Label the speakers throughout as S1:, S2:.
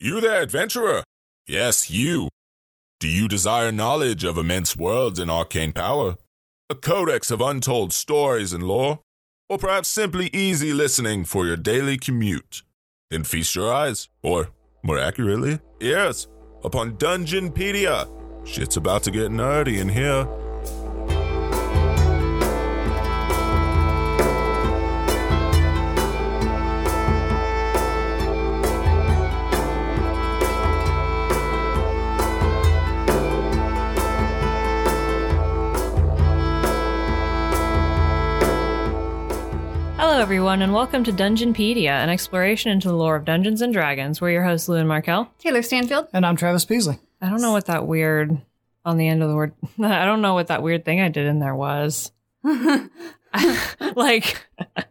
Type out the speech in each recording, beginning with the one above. S1: You there, adventurer? Yes, you. Do you desire knowledge of immense worlds and arcane power? A codex of untold stories and lore? Or perhaps simply easy listening for your daily commute? Then feast your eyes, or more accurately, ears, upon Dungeonpedia. Shit's about to get nerdy in here.
S2: Hello, everyone, and welcome to Dungeonpedia, an exploration into the lore of Dungeons and Dragons. We're your hosts, Lou and Markel.
S3: Taylor Stanfield.
S4: And I'm Travis Peasley.
S2: I don't know what that weird on the end of the word. I don't know what that weird thing I did in there was. like,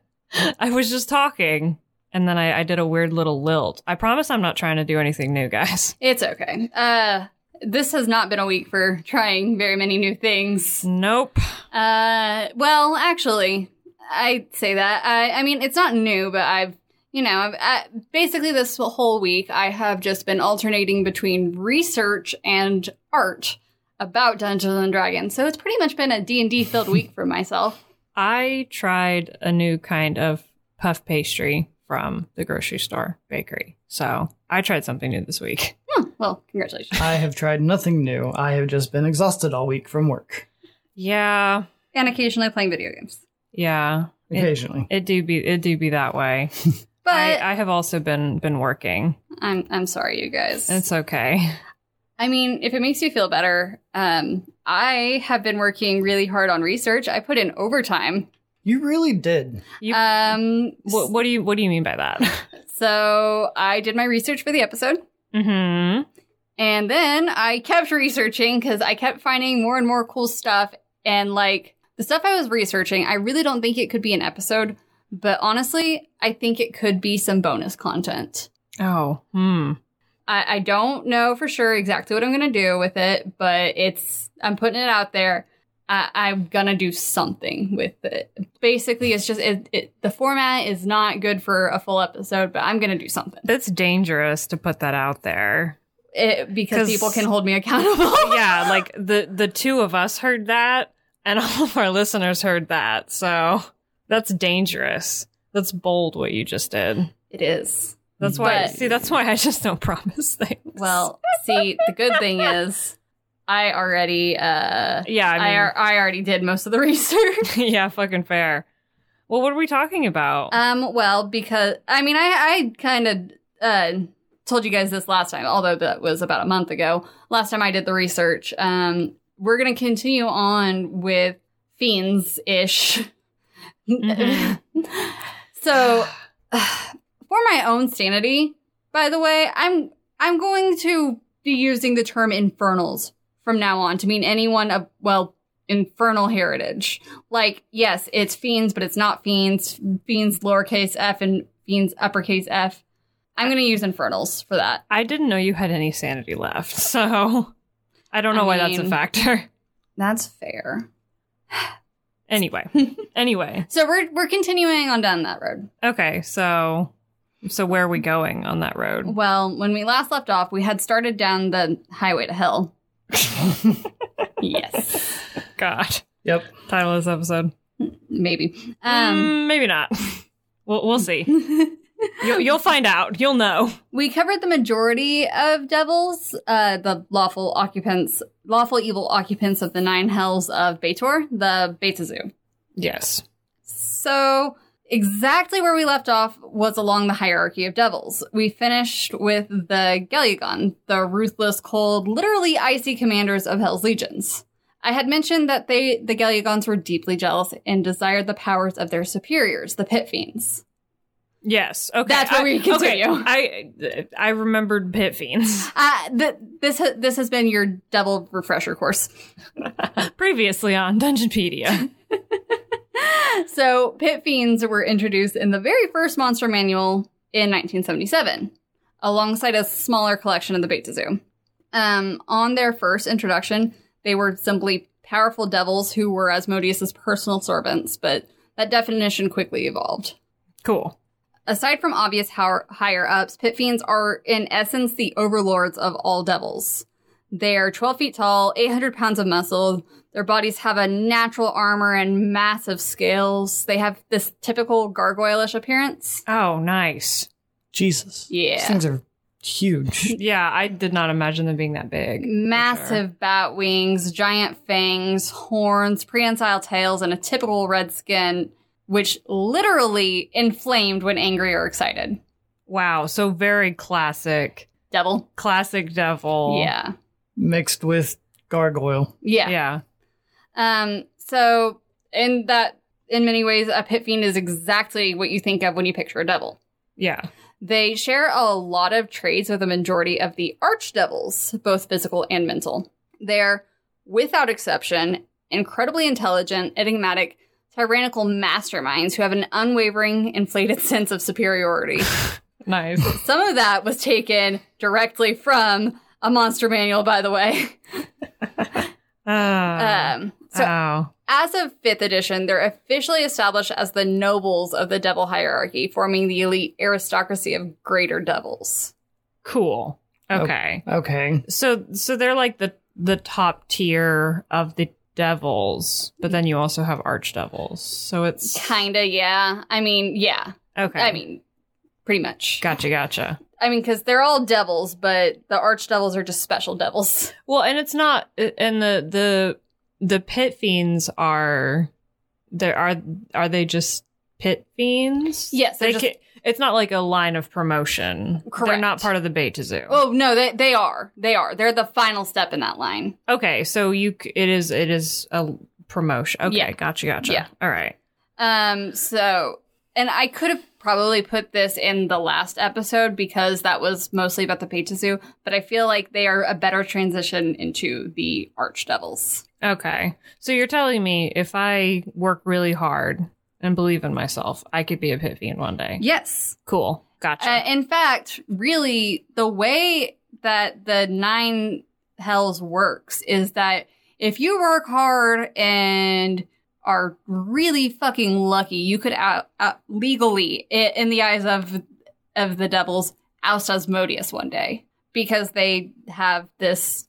S2: I was just talking, and then I, I did a weird little lilt. I promise I'm not trying to do anything new, guys.
S3: It's okay. Uh, this has not been a week for trying very many new things.
S2: Nope.
S3: Uh, well, actually, I say that. I, I mean, it's not new, but I've, you know, I've, I, basically this whole week I have just been alternating between research and art about Dungeons and Dragons. So it's pretty much been a D&D filled week for myself.
S2: I tried a new kind of puff pastry from the grocery store bakery. So I tried something new this week.
S3: Hmm, well, congratulations.
S4: I have tried nothing new. I have just been exhausted all week from work.
S2: Yeah.
S3: And occasionally playing video games.
S2: Yeah. It-
S4: Occasionally.
S2: It do be it do be that way.
S3: But I,
S2: I, I have also been been working.
S3: am I'm sorry, you guys.
S2: It's okay.
S3: I mean, if it makes you feel better, um, I have been working really hard on research. I put in overtime.
S4: You really did.
S2: You,
S3: Um,
S2: what, what do you what do you mean by that?
S3: so I did my research for the episode,
S2: hmm
S3: and then I kept researching because I kept finding more and more cool stuff. And like the stuff I was researching, I really don't think it could be an episode, but honestly, I think it could be some bonus content.
S2: Oh, hmm.
S3: I, I don't know for sure exactly what I'm gonna do with it, but it's I'm putting it out there. I, I'm gonna do something with it. Basically, it's just it, it, the format is not good for a full episode, but I'm gonna do something
S2: That's dangerous to put that out there.
S3: it, because
S2: 'Cause-
S3: people can hold me accountable.
S2: yeah, like the the two of us heard that, and all of our listeners heard that. So that's dangerous. That's bold what you just did.
S3: it is.
S2: That's why.
S3: But-
S2: see, that's why I just don't promise things.
S3: Well, see, the good thing is I already uh
S2: yeah, I
S3: I,
S2: mean,
S3: ar- I already did most of the research.
S2: yeah, fucking fair. Well, what are we talking about?
S3: Um, well, because I mean, I I kind of uh told you guys this last time, although that was about a month ago. Last time I did the research. Um, we're gonna continue on with fiends ish.
S2: Mhm.
S3: Mm-hmm. so, for my own sanity, by the way, I'm I'm going to be using the term infernals from now on to mean anyone of well infernal heritage. Like, yes, it's fiends, but it's not fiends. Fiends lowercase f and fiends uppercase f. I'm going to use infernals for that.
S2: I didn't know you had any sanity left, so I don't know
S3: I
S2: why that's
S3: mean-
S2: a factor.
S3: That's fair.
S2: Anyway, anyway,
S3: So we're we're continuing on down that road.
S2: okay, so so where are we going on that road?
S3: Well, when we last left off, we had started down the highway to hell. yes,
S2: God,
S4: Yep.
S2: title of this episode?
S3: maybe. Um,
S2: Um, maybe not. We'll we'll see. You'll, you'll find out. You'll know.
S3: we covered the majority of devils, uh, the lawful occupants, lawful evil occupants of the nine hells of Betor, the Beta Zoo.
S2: Yes.
S3: So, exactly where we left off was along the hierarchy of devils. We finished with the Gelligon, the ruthless, cold, literally icy commanders of Hell's legions. I had mentioned that they, the Gelligons, were deeply jealous and desired the powers of their superiors, the Pit Fiends.
S2: Yes. Okay.
S3: That's where
S2: I-
S3: we continue.
S2: Okay. I I remembered pit fiends.
S3: Uh, th- this ha- this has been your devil refresher course.
S2: Previously on Dungeonpedia.
S3: so pit fiends were introduced in the very first monster manual in 1977 alongside a smaller collection of the beta zoo um, on their first introduction they were simply powerful devils who were asmodeus's personal servants but that definition quickly evolved
S2: Cool.
S3: Aside from obvious higher, higher ups, pit fiends are in essence the overlords of all devils. They are 12 feet tall, 800 pounds of muscle. Their bodies have a natural armor and massive scales. They have this typical gargoyle-ish appearance.
S2: Oh, nice.
S4: Jesus.
S3: Yeah.
S4: These things are huge.
S2: Yeah, I did not imagine them being that big.
S3: Massive bat wings, giant fangs, horns, prehensile tails, and a typical red skin, which literally inflamed when angry or excited.
S2: Wow, so very classic.
S3: Devil.
S2: Classic devil.
S3: Yeah.
S4: Mixed with gargoyle.
S3: Yeah.
S2: Yeah.
S3: Um, so in that in many ways, a pit fiend is exactly what you think of when you picture a devil.
S2: Yeah.
S3: They share a lot of traits with the majority of the archdevils, both physical and mental. They're, without exception, incredibly intelligent, enigmatic, tyrannical masterminds who have an unwavering, inflated sense of superiority.
S2: Nice.
S3: Some of that was taken directly from a monster manual, by the way.
S2: Uh,
S3: Um, so,
S2: oh.
S3: as of 5th edition, they're officially established as the nobles of the devil hierarchy, forming the elite aristocracy of greater devils.
S2: Cool.
S4: Oh.
S2: Okay.
S4: Okay.
S2: So so they're like the the top tier of the devils, but then you also have archdevils. So it's
S3: Kinda, yeah. I mean, yeah.
S2: okay.
S3: I mean, pretty much.
S2: gotcha, gotcha.
S3: I mean, because they're all devils, but the archdevils are just special devils.
S2: Well, and it's not and the the the pit fiends are there are are they just pit fiends?
S3: Yes, they're
S2: they
S3: just-
S2: ca- it's not like a line of promotion. They're
S3: Correct.
S2: not part of the Beta Zoo.
S3: Oh no, they they are. They are. They're the final step in that line.
S2: okay. So you c- it is it is a promotion. Okay,
S3: Yeah.
S2: gotcha, gotcha.
S3: Yeah.
S2: All right.
S3: Um. So, and I could have probably put this in the last episode because that was mostly about the Peitazu, but I feel like they are a better transition into the archdevils.
S2: Okay. So you're telling me if I work really hard and believe in myself, I could be a pit fiend one day.
S3: Yes.
S2: Cool. Gotcha.
S3: Uh, in fact, really, the way that the nine hells works is that if you work hard and are really fucking lucky, you could out, out legally, i- in the eyes of of the devils, oust Asmodeus one day because they have this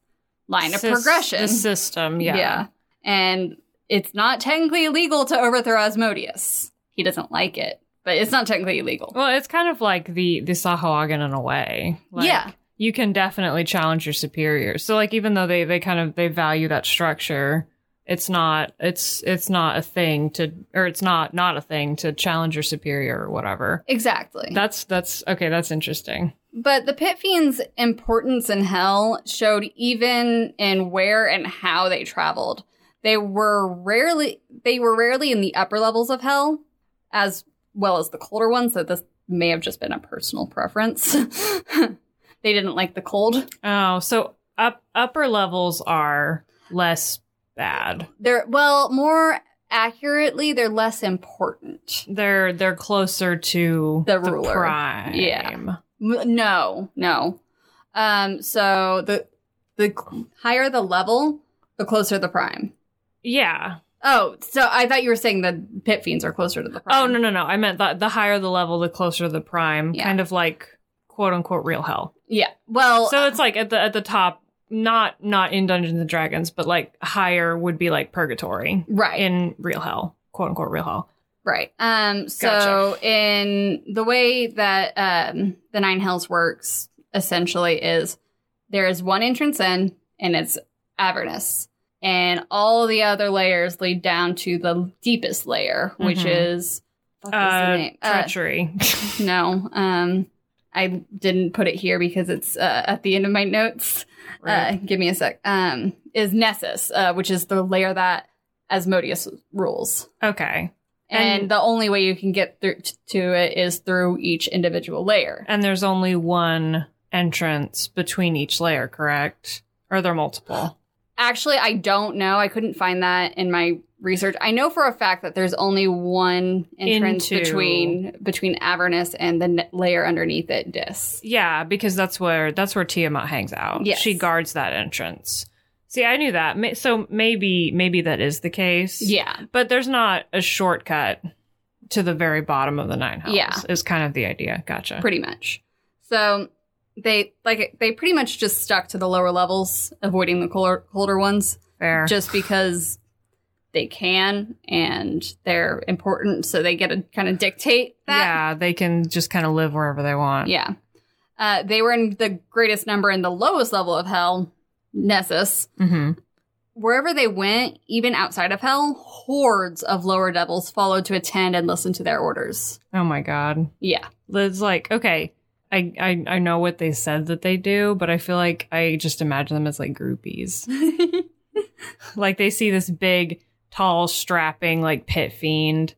S3: line of
S2: Sys-
S3: progression.
S2: The system. Yeah.
S3: and it's not technically illegal to overthrow Asmodeus. He doesn't like it, but it's not technically illegal.
S2: Well, it's kind of like the the Sahuagin in a way. Like,
S3: Yeah.
S2: You can definitely challenge your superiors. So like even though they they kind of they value that structure, it's not it's it's not a thing to or it's not not a thing to challenge your superior or whatever.
S3: Exactly.
S2: That's that's okay, that's interesting.
S3: But the pit fiends' importance in hell showed even in where and how they traveled. They were rarely they were rarely in the upper levels of hell, as well as the colder ones. So this may have just been a personal preference. they didn't like the cold.
S2: Oh, so up upper levels are less bad.
S3: They're well, more accurately, they're less important.
S2: They're they're closer to
S3: The ruler.
S2: prime.
S3: Yeah. M- No, no. Um, so the the cl- higher the level, the closer the prime.
S2: Yeah.
S3: Oh, so I thought you were saying the pit fiends are closer to the prime.
S2: Oh no no no. I meant the the higher the level, the closer the prime.
S3: Yeah.
S2: Kind of like quote unquote real hell.
S3: Yeah. Well,
S2: So it's like at the at the top, not not in Dungeons and Dragons, but like higher would be like purgatory
S3: uh, right.
S2: in real hell. Quote unquote real hell.
S3: right. Um so in the way that um the nine hells works essentially is there is one entrance in and it's Avernus. And all the other layers lead down to the deepest layer, which
S2: Mhm.
S3: is fuck is the
S2: Uh,
S3: name? Uh,
S2: treachery.
S3: no. Um I didn't put it here because it's uh, at the end of my notes.
S2: Right.
S3: Uh, give me a sec. Um, is Nessus, uh, which is the layer that Asmodeus rules,
S2: okay.
S3: and,
S2: And-
S3: the only way you can get through t- to it is through each individual layer.
S2: And there's only one entrance between each layer, correct? Or are there multiple?
S3: Actually, I don't know. I couldn't find that in my research. I know for a fact that there's only one entrance
S2: Into-
S3: between between Avernus and the ne- layer underneath it, Dis.
S2: Yeah, because that's where that's where Tiamat hangs out.
S3: Yes.
S2: She guards that entrance. See, I knew that. May- So maybe maybe that is the case.
S3: Yeah,
S2: But there's not a shortcut to the very bottom of the nine hells.
S3: Yeah.
S2: is kind of the idea. Gotcha.
S3: pretty much. So they like they pretty much just stuck to the lower levels, avoiding the colder, colder ones,
S2: fair.
S3: just because they can and they're important. So they get to kind of dictate that.
S2: yeah, they can just kind of live wherever they want.
S3: Yeah. Uh, they were in the greatest number in the lowest level of hell, Nessus.
S2: hmm
S3: Wherever they went, even outside of hell, hordes of lower devils followed to attend and listen to their orders.
S2: Oh my god.
S3: Yeah.
S2: It's like okay. I, I, I know what they said that they do, but I feel like I just imagine them as like groupies.
S3: Oh
S2: like they see this big, tall, strapping, like pit fiend,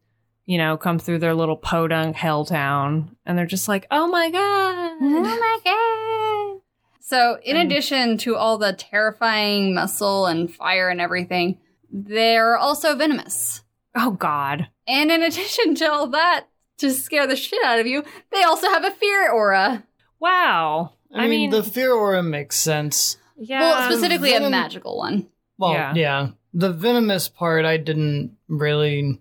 S2: you know, come through their little podunk hell town, and they're just like, "Oh my god!"
S3: my god. So, in
S2: Mm.
S3: addition to all the terrifying muscle and fire and everything, they're also venomous.
S2: oh god!
S3: And in addition to all that, to scare the shit out of you, they also have a fear aura.
S2: Wow.
S4: I, mean, the fear aura makes sense.
S2: yeah.
S3: well, specifically a
S4: venom-
S3: magical one.
S4: Well,
S2: Yeah.
S4: yeah. The venomous part I didn't really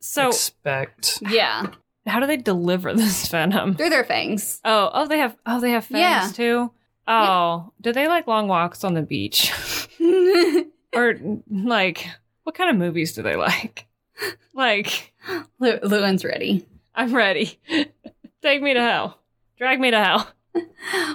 S2: so
S4: expect.
S3: Yeah,
S2: how do they deliver this venom?
S3: through their fangs.
S2: Oh, oh, they have, oh, they have fangs
S3: Yeah.
S2: too. Oh, do they like long walks on the beach,
S3: Luke,
S2: or like what kind of movies do they like? Like.
S3: Lewin's ready.
S2: I'm ready. Take me to hell. Drag me to hell.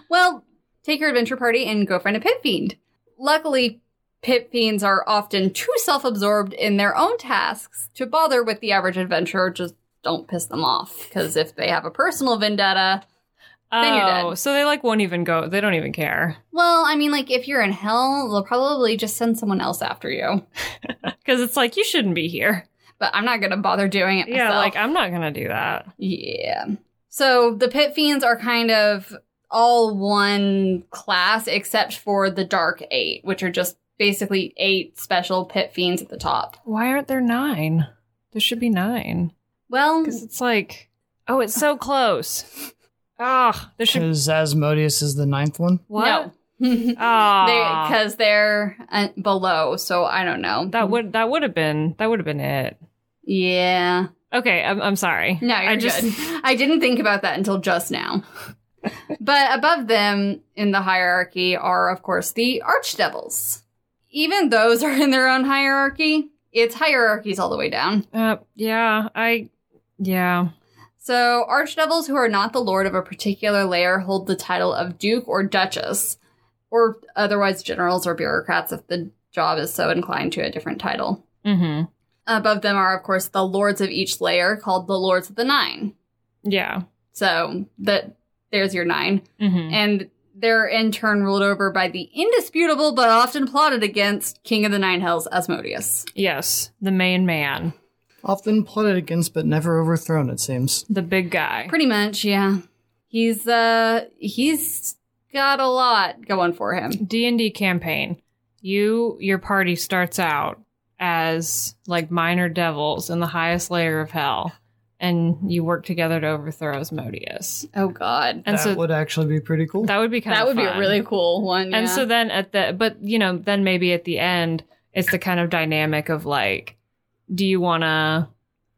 S3: Well, take your adventure party and go find a pit fiend. Luckily, pit fiends are often too self absorbed in their own tasks to bother with the average adventurer. Just don't piss them off, because if they have a personal vendetta, Then you're
S2: oh,
S3: dead.
S2: so they like won't even go. They don't even care
S3: well, I mean, like, if you're in hell, they'll probably just send someone else after you.
S2: because it's like you shouldn't be here.
S3: But I'm not going to bother doing it
S2: Yeah,
S3: myself.
S2: like I'm not gonna do that.
S3: Yeah. So the pit fiends are kind of all one class except for the dark eight, which are just basically eight special pit fiends at the top.
S2: Why aren't there nine? There should be nine
S3: Well,
S2: because it's like, oh, it's so close. Ah, there should.
S4: Because Asmodeus is the ninth one.
S2: What?
S3: no.
S2: Ah,
S3: Because they're uh, below, so I don't know.
S2: that would that would have been that would have been it.
S3: Yeah.
S2: Okay, I'm, I'm sorry.
S3: No, you're
S2: I just
S3: good. I didn't think about that until just now. but above them in the hierarchy are, of course, the archdevils. Even those are in their own hierarchy. It's hierarchies all the way down.
S2: uh, yeah, I yeah.
S3: So, archdevils who are not the lord of a particular layer hold the title of duke or duchess, or otherwise generals or bureaucrats if the job is so inclined to a different title.
S2: Mm-hmm.
S3: Above them are, of course, the lords of each layer called the lords of the nine.
S2: Yeah.
S3: So, that there's your 9
S2: Mm-hmm.
S3: And they're in turn ruled over by the indisputable but often plotted against king of the nine hells, Asmodeus.
S2: Yes, the main man,
S4: Often plotted against, but never overthrown, it seems.
S2: the big guy.
S3: Pretty much, yeah. He's, uh, he's got a lot going for him.
S2: D&D campaign. You your party starts out as like minor devils in the highest layer of hell and you work together to overthrow Asmodeus.
S3: Oh God,
S2: And
S4: that
S2: so
S4: would actually be pretty cool.
S2: that would be kind
S3: that
S2: of
S3: would be a
S2: fun.
S3: really cool one.
S2: And
S3: yeah.
S2: so then at the but you know, then maybe at the end it's the kind of dynamic of like do you want to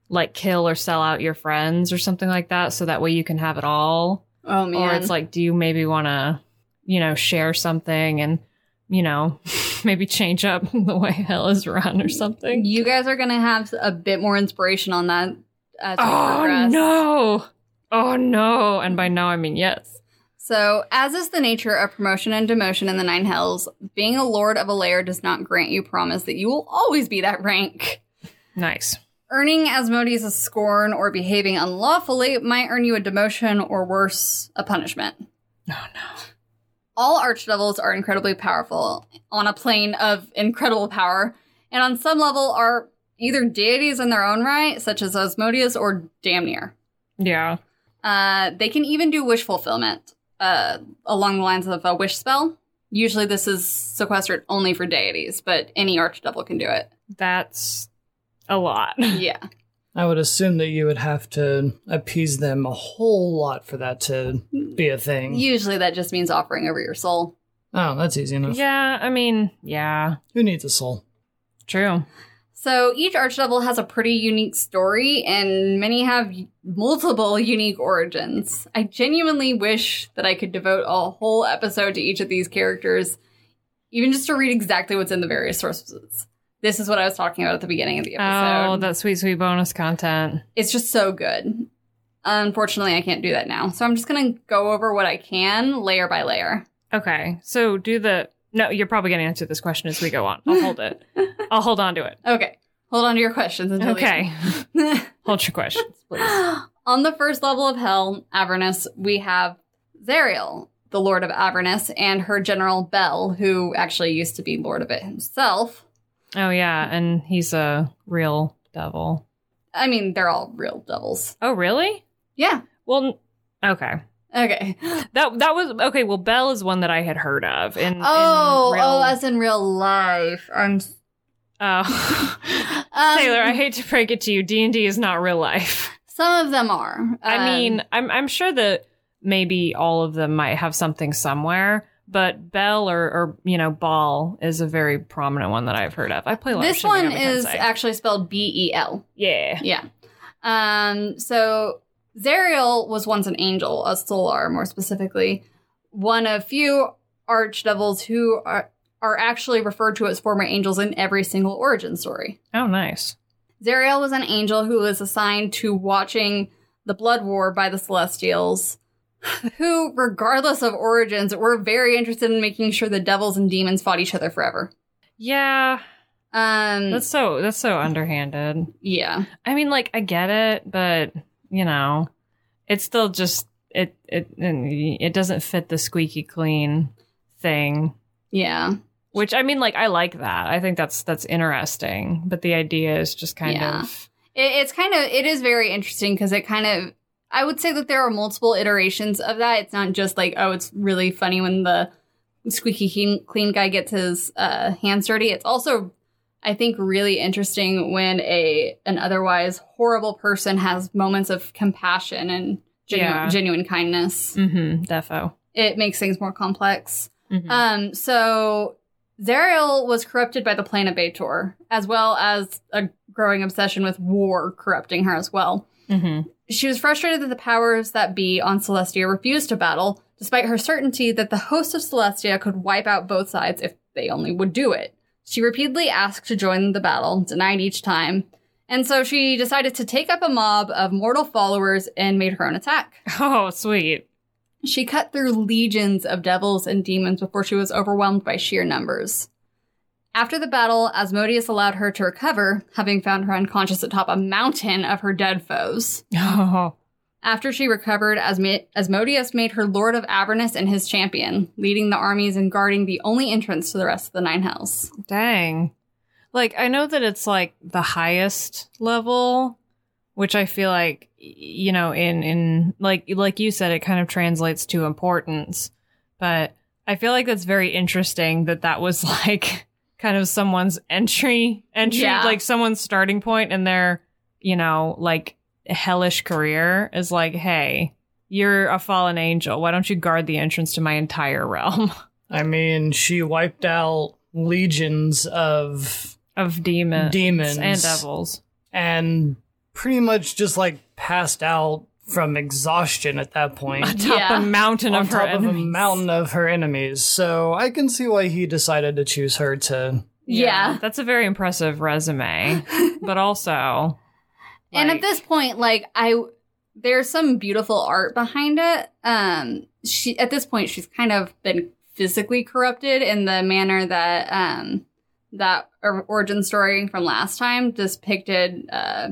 S2: like kill or sell out your friends or something like that so that way you can have it all?
S3: oh man,
S2: Or it's like, do you maybe want to, you know, share something and, you know, maybe change up the way hell is run or something?
S3: you guys are gonna have a bit more inspiration on that. As we
S2: Oh,
S3: progress.
S2: no. Oh, no. And by no, I mean yes.
S3: So, as is the nature of promotion and demotion in the Nine Hells, being a lord of a layer does not grant you promise that you will always be that rank.
S2: Nice.
S3: Earning Asmodeus a scorn or behaving unlawfully might earn you a demotion or worse, a punishment.
S2: No, no.
S3: all archdevils are incredibly powerful on a plane of incredible power, and on some level are either deities in their own right, such as Osmodeus or Damnir.
S2: Yeah.
S3: Uh, they can even do wish fulfillment uh, along the lines of a wish spell. Usually, this is sequestered only for deities, but any archdevil can do it.
S2: That's a lot.
S3: Yeah,
S4: I would assume that you would have to appease them a whole lot for that to be a thing.
S3: usually that just means offering over your soul.
S4: oh, that's easy enough.
S2: yeah. I mean, yeah.
S4: Who needs a soul?
S2: True.
S3: So each archdevil has a pretty unique story, and many have multiple unique origins. I genuinely wish that I could devote a whole episode to each of these characters, even just to read exactly what's in the various sources. This is what I was talking about at the beginning of the episode.
S2: Oh, that sweet, sweet bonus content.
S3: it's just so good. Unfortunately, I can't do that now. So I'm just going to go over what I can layer by layer.
S2: Okay, so do the. No, you're probably going to answer this question as we go on. I'll hold it. I'll hold on to it.
S3: Okay. Hold on to your questions until the
S2: Okay,
S3: end.
S2: hold your questions, please.
S3: On the first level of hell, Avernus, we have Zariel, the Lord of Avernus, and her general Bell, who actually used to be Lord of it himself.
S2: Oh yeah, and he's a real devil.
S3: I mean, they're all real devils.
S2: Oh really?
S3: Yeah.
S2: Well, n- okay.
S3: Okay.
S2: That that was okay. Well, Bell is one that I had heard of. In, in
S3: Oh,
S2: real-
S3: oh, as in real life. I'm s-
S2: oh.
S3: um,
S2: Taylor, I hate to break it to you, D and D is not real life.
S3: Some of them are. Um,
S2: I mean, I'm I'm sure that maybe all of them might have something somewhere, but Bell or or you know Ball is a very prominent one that I've heard of. I play a lot of
S3: this
S2: Shin Megami
S3: one is
S2: Tensei.
S3: actually spelled B E L.
S2: yeah.
S3: Yeah. Um, so Zariel was once an angel, a Solar more specifically, one of few archdevils who are, are actually referred to as former angels in every single origin story.
S2: Oh, nice.
S3: Zariel was an angel who was assigned to watching the blood war by the Celestials, who, regardless of origins, were very interested in making sure the devils and demons fought each other forever.
S2: Yeah,
S3: Um,
S2: that's so that's so underhanded.
S3: yeah.
S2: I mean, like I get it, but you know, it's still just it it it doesn't fit the squeaky clean thing.
S3: Yeah.
S2: Which I mean, like I like that. I think that's that's interesting. But the idea is just kind
S3: Yeah.
S2: of
S3: It, it's kind of it is very interesting because it kind of I would say that there are multiple iterations of that. It's not just like oh, it's really funny when the squeaky clean, clean guy gets his uh, hands dirty. It's also I think really interesting when a an otherwise horrible person has moments of compassion and genuine,
S2: Yeah.
S3: genuine kindness.
S2: mm-hmm, defo.
S3: It makes things more complex.
S2: Mhm.
S3: Um, so Zariel was corrupted by the plane of Bator, as well as a growing obsession with war corrupting her as well.
S2: Mhm.
S3: She was frustrated that the powers that be on Celestia refused to battle, despite her certainty that the host of Celestia could wipe out both sides if they only would do it. She repeatedly asked to join the battle, denied each time, and so she decided to take up a mob of mortal followers and made her own attack.
S2: Oh, sweet.
S3: She cut through legions of devils and demons before she was overwhelmed by sheer numbers. After the battle, Asmodeus allowed her to recover, having found her unconscious atop a mountain of her dead foes.
S2: Oh,
S3: After she recovered, Asme- Asmodeus made her Lord of Avernus and his champion, leading the armies and guarding the only entrance to the rest of the Nine Hells.
S2: dang. Like I know that it's like the highest level, which I feel like y- you know in in like like you said it kind of translates to importance, but I feel like that's very interesting that that was like kind of someone's entry entry
S3: Yeah.
S2: like someone's starting point in their you know like hellish career is like hey you're a fallen angel why don't you guard the entrance to my entire realm
S4: I mean, she wiped out legions of
S2: of demons
S4: Demons.
S2: and devils
S4: and pretty much just like passed out from exhaustion at that point.
S2: on top
S3: Yeah.
S2: a mountain
S4: on
S2: of her
S4: top of a
S2: enemies.
S4: mountain of her enemies. So I can see why he decided to choose her to.
S3: Yeah.
S2: that's a very impressive resume but also
S3: and at
S2: like-
S3: this point, like I, there's some beautiful art behind it. Um, she at this point she's kind of been physically corrupted in the manner that um that or- origin story from last time depicted uh,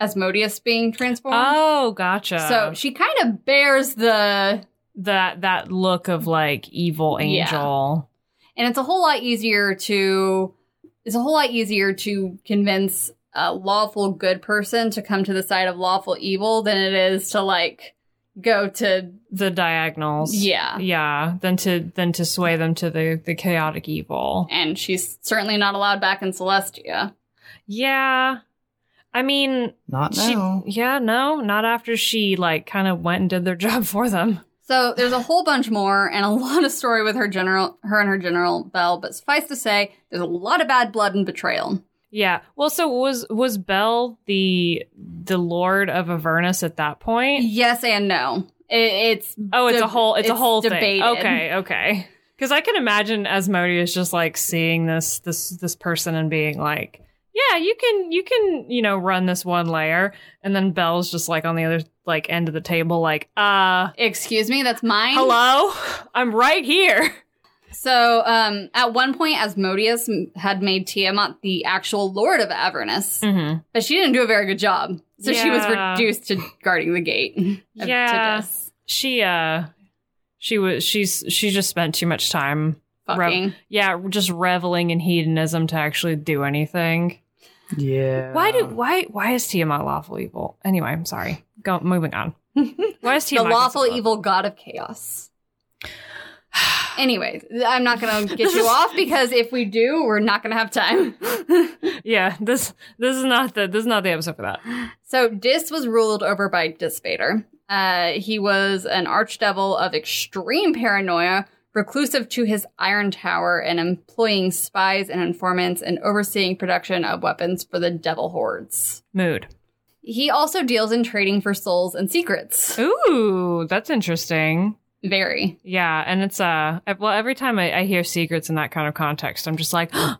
S3: Asmodeus being transformed.
S2: oh gotcha
S3: so she kind of bears the,
S2: that that look of like evil
S3: Yeah.
S2: angel
S3: and it's a whole lot easier to, it's a whole lot easier to convince a lawful good person to come to the side of lawful evil than it is to like go to
S2: the diagonals
S3: Yeah.
S2: yeah than to than to sway them to the the chaotic evil
S3: And she's certainly not allowed back in Celestia.
S2: yeah i mean
S4: Not
S2: she,
S4: now.
S2: yeah no not after she like kind of went and did their job for them
S3: So there's a whole bunch more and a lot of story with her general her and her general Bell, but suffice to say, there's a lot of bad blood and betrayal.
S2: Yeah. Well, so was was Bell the the Lord of Avernus at that point?
S3: Yes and no. It, it's
S2: Oh, it's
S3: Deb-
S2: a whole it's, a
S3: it's
S2: whole
S3: debated.
S2: thing. Okay, okay. Because I can imagine Asmodeus just like seeing this this this person and being like, "Yeah, you can you can you know run this one layer," and then Belle's just like on the other like end of the table, like, "Uh,
S3: excuse me, that's mine.
S2: hello, I'm right here."
S3: So, um, at one point, Asmodeus m- had made Tiamat the actual lord of Avernus,
S2: Mm-hmm.
S3: but she didn't do a very good job. So she was
S2: Yeah.
S3: reduced to guarding the gate. of- to
S2: Yeah.
S3: this
S2: She uh, she was she's she just spent too much time, Rev-
S3: fucking.
S2: yeah, just reveling in hedonism to actually do anything.
S4: Yeah.
S2: Why do
S3: Um,
S2: why why is Tiamat lawful evil? Anyway, I'm sorry. Go moving on. Why is
S3: the
S2: Tiamat
S3: lawful
S2: considered
S3: evil god of chaos. Anyway, th- I'm not going to get you off because if we do, we're not going to have time.
S2: lawful? Yeah, this this is not the this is not the episode for that.
S3: so, Dis was ruled over by Dispater. Uh, he was an archdevil of extreme paranoia, reclusive to his iron tower and employing spies and informants and overseeing production of weapons for the devil hordes.
S2: Mood.
S3: He also deals in trading for souls and secrets.
S2: Ooh, that's interesting.
S3: Very.
S2: Yeah, and it's uh ev- well every time I, I hear secrets in that kind of context, I'm just like Vecna.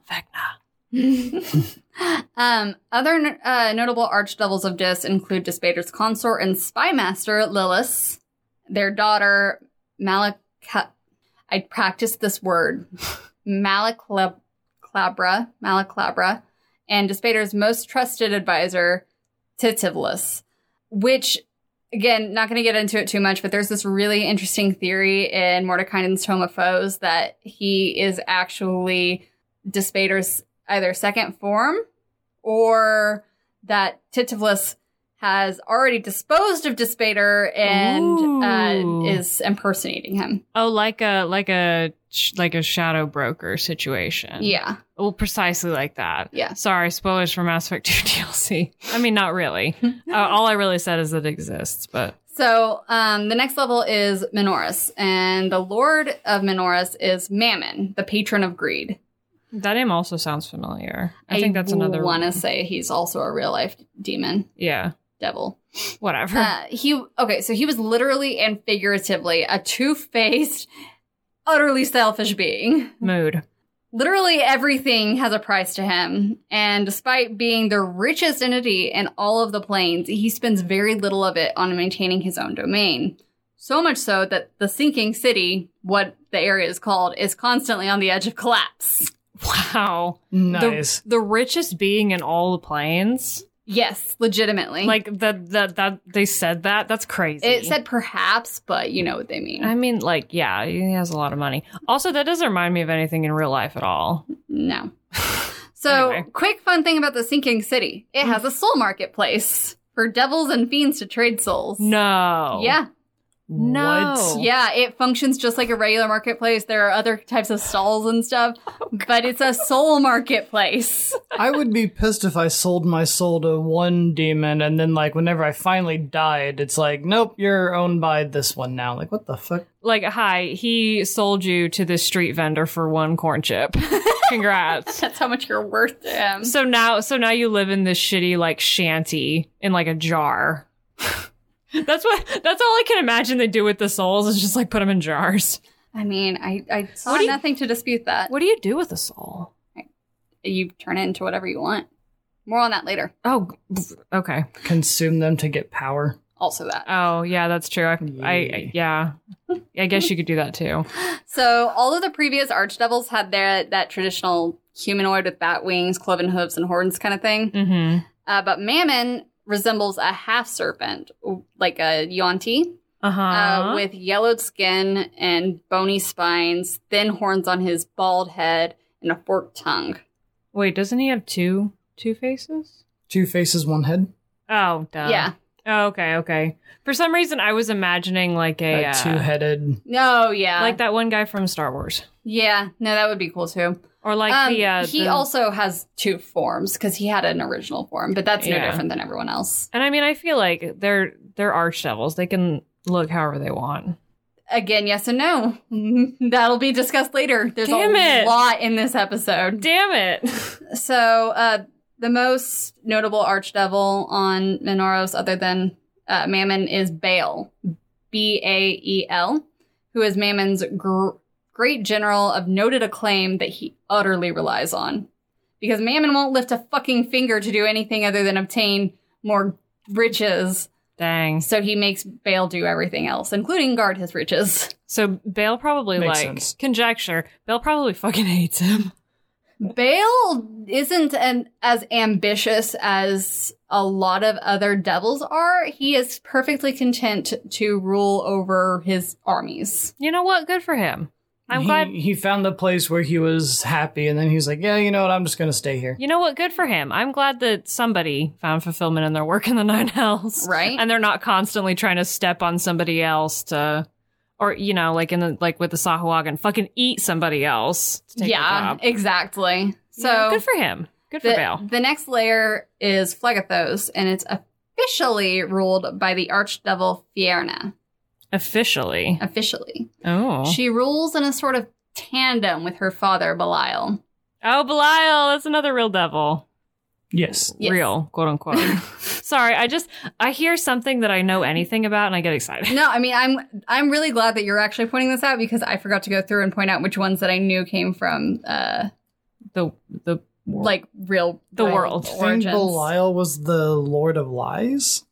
S3: um, other no- uh, notable archdevils of Dis include Dispater's consort and spymaster, Lilith, their daughter, Malaka. I practiced this word, Malaclabra, Malaclabra, and Dispater's most trusted advisor, Titivlus, which. Again, not going to get into it too much, but there's this really interesting theory in Mordekainen's Tome of Foes that he is actually Dispater's either second form or that Titivlus has already disposed of Dispater and
S2: Ooh.
S3: uh, is impersonating him.
S2: Oh, like a like a sh- like a shadow broker situation.
S3: Yeah.
S2: Well, precisely like that.
S3: Yeah.
S2: Sorry, spoilers for Mass Effect 2 DLC. I mean, not really. uh, all I really said is that it exists, but
S3: So um, the next level is Minoris, and the lord of Minoris is Mammon, the patron of greed.
S2: that name also sounds familiar. I, think that's another
S3: want to say he's also a real life demon
S2: Yeah,
S3: devil.
S2: whatever.
S3: Uh, he okay, so he was literally and figuratively a two faced, utterly selfish being.
S2: Mood.
S3: Literally everything has a price to him, and despite being the richest entity in all of the planes, he spends very little of it on maintaining his own domain. So much so that the sinking city, what the area is called, is constantly on the edge of collapse.
S2: Wow. The-
S4: Nice.
S2: The, richest being in all the planes.
S3: Yes, legitimately.
S2: Like that that that they said that. That's crazy.
S3: it said perhaps, but you know what they mean.
S2: I mean, like, yeah, he has a lot of money. Also, that doesn't remind me of anything in real life at all.
S3: no. So,
S2: Anyway.
S3: quick fun thing about the sinking city it has a soul marketplace for devils and fiends to trade souls.
S2: No.
S3: Yeah.
S2: No.
S4: What?
S3: Yeah, it functions just like a regular marketplace. There are other types of stalls and stuff, but it's a soul marketplace.
S4: I would be pissed if I sold my soul to one demon and then, like, whenever I finally died, it's like, nope, you're owned by this one now. Like, what the fuck?
S2: like, hi, he sold you to this street vendor for one corn chip. Congrats.
S3: That's how much you're worth to him.
S2: so now so now you live in this shitty like shanty in like a jar. that's what that's all I can imagine they do with the souls is just like put them in jars.
S3: I mean, I, I saw
S2: What do you-
S3: nothing to dispute that.
S2: What do you do with a soul?
S3: You turn it into whatever you want. More on that later.
S2: Oh, pff, okay.
S4: Consume them to get power?
S3: Also, that.
S2: Oh, yeah, that's true. I, I
S4: Yeah.
S2: yeah. I guess you could do that too.
S3: So, all of the previous archdevils had their that traditional humanoid with bat wings, cloven hooves, and horns kind of thing.
S2: hmm
S3: Uh, but Mammon resembles a half serpent, like a Yonti.
S2: Uh-huh.
S3: uh, with yellowed skin and bony spines, thin horns on his bald head, and a forked tongue.
S2: Wait, doesn't he have two two faces?
S4: Two faces, one head?
S2: Oh, duh.
S3: yeah.
S2: Oh, okay, okay. For some reason, I was imagining like a
S4: That
S2: uh,
S4: two headed.
S3: No, yeah.
S2: like that one guy from Star Wars,
S3: Yeah, no, that would be cool too.
S2: or like
S3: Um,
S2: the uh,
S3: he
S2: the-
S3: also has two forms because he had an original form, but that's no
S2: Yeah.
S3: different than everyone else.
S2: And I mean, I feel like they're they're archdevils. They can look however they want.
S3: Again, yes and no. That'll be discussed later. There's
S2: Damn
S3: a
S2: it.
S3: lot in this episode.
S2: Damn it!
S3: So, uh, The most notable archdevil on Minoros, other than uh, Mammon, is Baal, B A E L, who is Mammon's gr- great general of noted acclaim that he utterly relies on. Because Mammon won't lift a fucking finger to do anything other than obtain more riches,
S2: Dang.
S3: so he makes Baal do everything else, including guard his riches.
S2: So Bale probably
S4: Makes
S2: like
S4: sense.
S2: conjecture. Bale probably fucking hates him.
S3: Bale isn't an, as ambitious as a lot of other devils are. He is perfectly content to rule over his armies.
S2: You know what? Good for him. I'm
S4: he,
S2: glad.
S4: he found the place where he was happy, and then he's like, "Yeah, you know what? I'm just gonna stay here."
S2: You know what? Good for him. I'm glad that somebody found fulfillment in their work in the Nine Hells,
S3: Right.
S2: And they're not constantly trying to step on somebody else to, or you know, like in the like with the Sahuagin, fucking eat somebody else. To take their
S3: yeah,
S2: job.
S3: exactly.
S2: You
S3: So
S2: know, good for him. Good for
S3: the,
S2: Bale.
S3: the next layer is Phlegathos, and it's officially ruled by the archdevil Fierna.
S2: Officially.
S3: Officially.
S2: Oh.
S3: She rules in a sort of tandem with her father, Belial.
S2: oh, Belial. That's another real devil.
S4: Yes,
S3: Yes.
S2: Real, quote unquote. Sorry, I just I hear something that I know anything about and I get excited.
S3: No, I mean I'm I'm really glad that you're actually pointing this out because I forgot to go through and point out which ones that I knew came from uh
S2: the the
S3: like real
S2: The
S3: real
S2: world.
S4: I think
S3: origins.
S4: Belial was the Lord of Lies.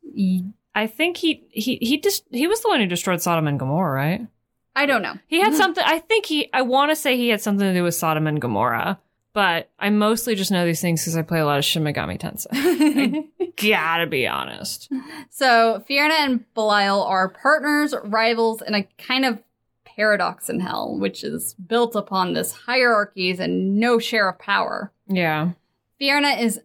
S2: I think he he he just he was the one who destroyed Sodom and Gomorrah, right?
S3: I don't know.
S2: He had something. I think he. I want to say he had something to do with Sodom and Gomorrah, but I mostly just know these things because I play a lot of Shin Megami Tensei. Gotta be honest.
S3: so Fiona and Belial are partners, rivals, and a kind of paradox in hell, which is built upon this hierarchies and no share of power.
S2: Yeah.
S3: Fiona is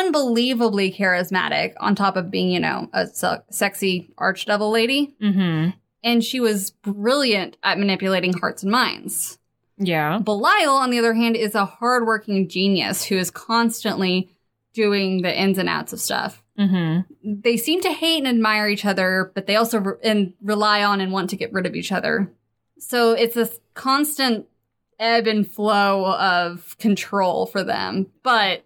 S3: unbelievably charismatic on top of being, you know, a se- sexy archdevil lady.
S2: Mm-hmm.
S3: and she was brilliant at manipulating hearts and minds.
S2: Yeah.
S3: Belial, on the other hand, is a hardworking genius who is constantly doing the ins and outs of stuff.
S2: Mm-hmm.
S3: They seem to hate and admire each other, but they also re- and rely on and want to get rid of each other. So it's this constant ebb and flow of control for them, but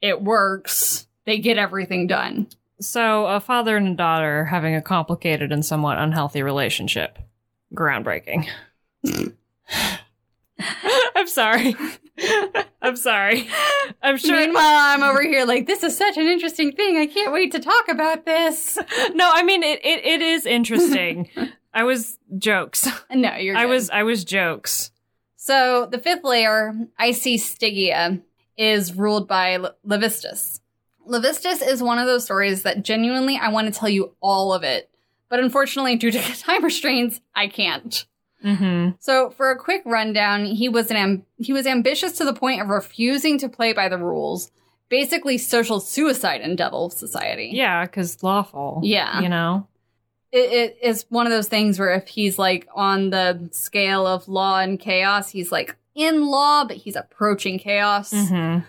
S3: it works. They get everything done.
S2: So a father and a daughter having a complicated and somewhat unhealthy relationship. Groundbreaking. I'm sorry. I'm sorry. I'm sure.
S3: Meanwhile, I'm over here like, this is such an interesting thing. I can't wait to talk about this.
S2: no, I mean it. It, it is interesting. I was jokes.
S3: No, you're.
S2: I
S3: good.
S2: was. I was jokes.
S3: So the fifth layer, icy Stygia, is ruled by Le- Levistus. Levistus is one of those stories that genuinely I want to tell you all of it, but unfortunately, due to time restraints, I can't.
S2: Mm-hmm.
S3: So for a quick rundown, he was an am- he was ambitious to the point of refusing to play by the rules, basically social suicide in Devil Society.
S2: Yeah, because lawful.
S3: Yeah.
S2: You know?
S3: it, it is one of those things where if he's like on the scale of law and chaos, he's like in law, but he's approaching chaos.
S2: Mm-hmm.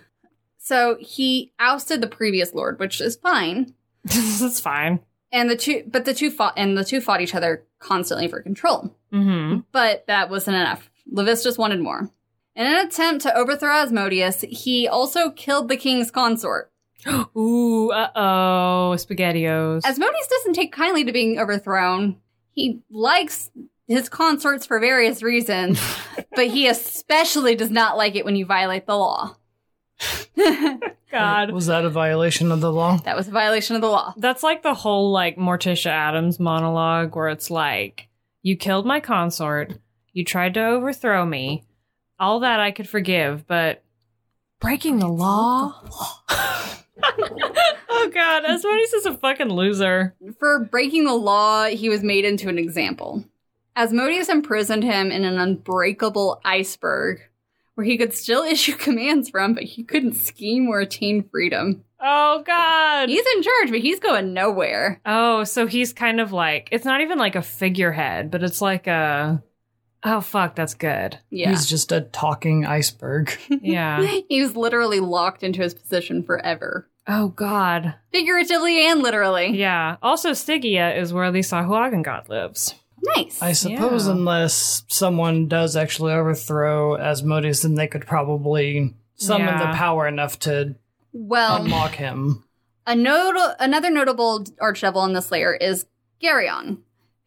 S3: So he ousted the previous lord, which is fine.
S2: That's fine.
S3: And the two, but the two fought, and the two fought each other constantly for control.
S2: Mm-hmm.
S3: But that wasn't enough. Levistus wanted more. In an attempt to overthrow Asmodeus, he also killed the king's consort.
S2: Ooh, uh-oh, SpaghettiOs.
S3: Asmodeus doesn't take kindly to being overthrown. He likes his consorts for various reasons, but he especially does not like it when you violate the law. that
S2: God.
S4: was that a violation of the law?
S3: was a violation of the law.
S2: That's like the whole, like, Morticia Adams monologue where it's like, you killed my consort, you tried to overthrow me, all that I could forgive, but breaking the law? oh, God, Asmodeus is a fucking loser.
S3: For breaking the law, he was made into an example. Asmodeus imprisoned him in an unbreakable iceberg where he could still issue commands from, but he couldn't scheme or attain freedom.
S2: Oh, God.
S3: He's in charge, but he's going nowhere.
S2: Oh, so he's kind of like it's not even like a figurehead, but it's like a oh fuck, that's good.
S3: Yeah.
S4: He's just a talking iceberg.
S2: Yeah.
S3: he was literally locked into his position forever,
S2: oh god.
S3: figuratively and literally.
S2: Yeah. Also, Stygia is where the Sahuagin god lives.
S3: Nice.
S4: I suppose
S2: Yeah.
S4: unless someone does actually overthrow Asmodeus, then they could probably summon
S2: Yeah. Um,
S4: the power enough to
S3: Well,
S4: Unlock him.
S3: a nota- another notable archdevil in this layer is Geryon,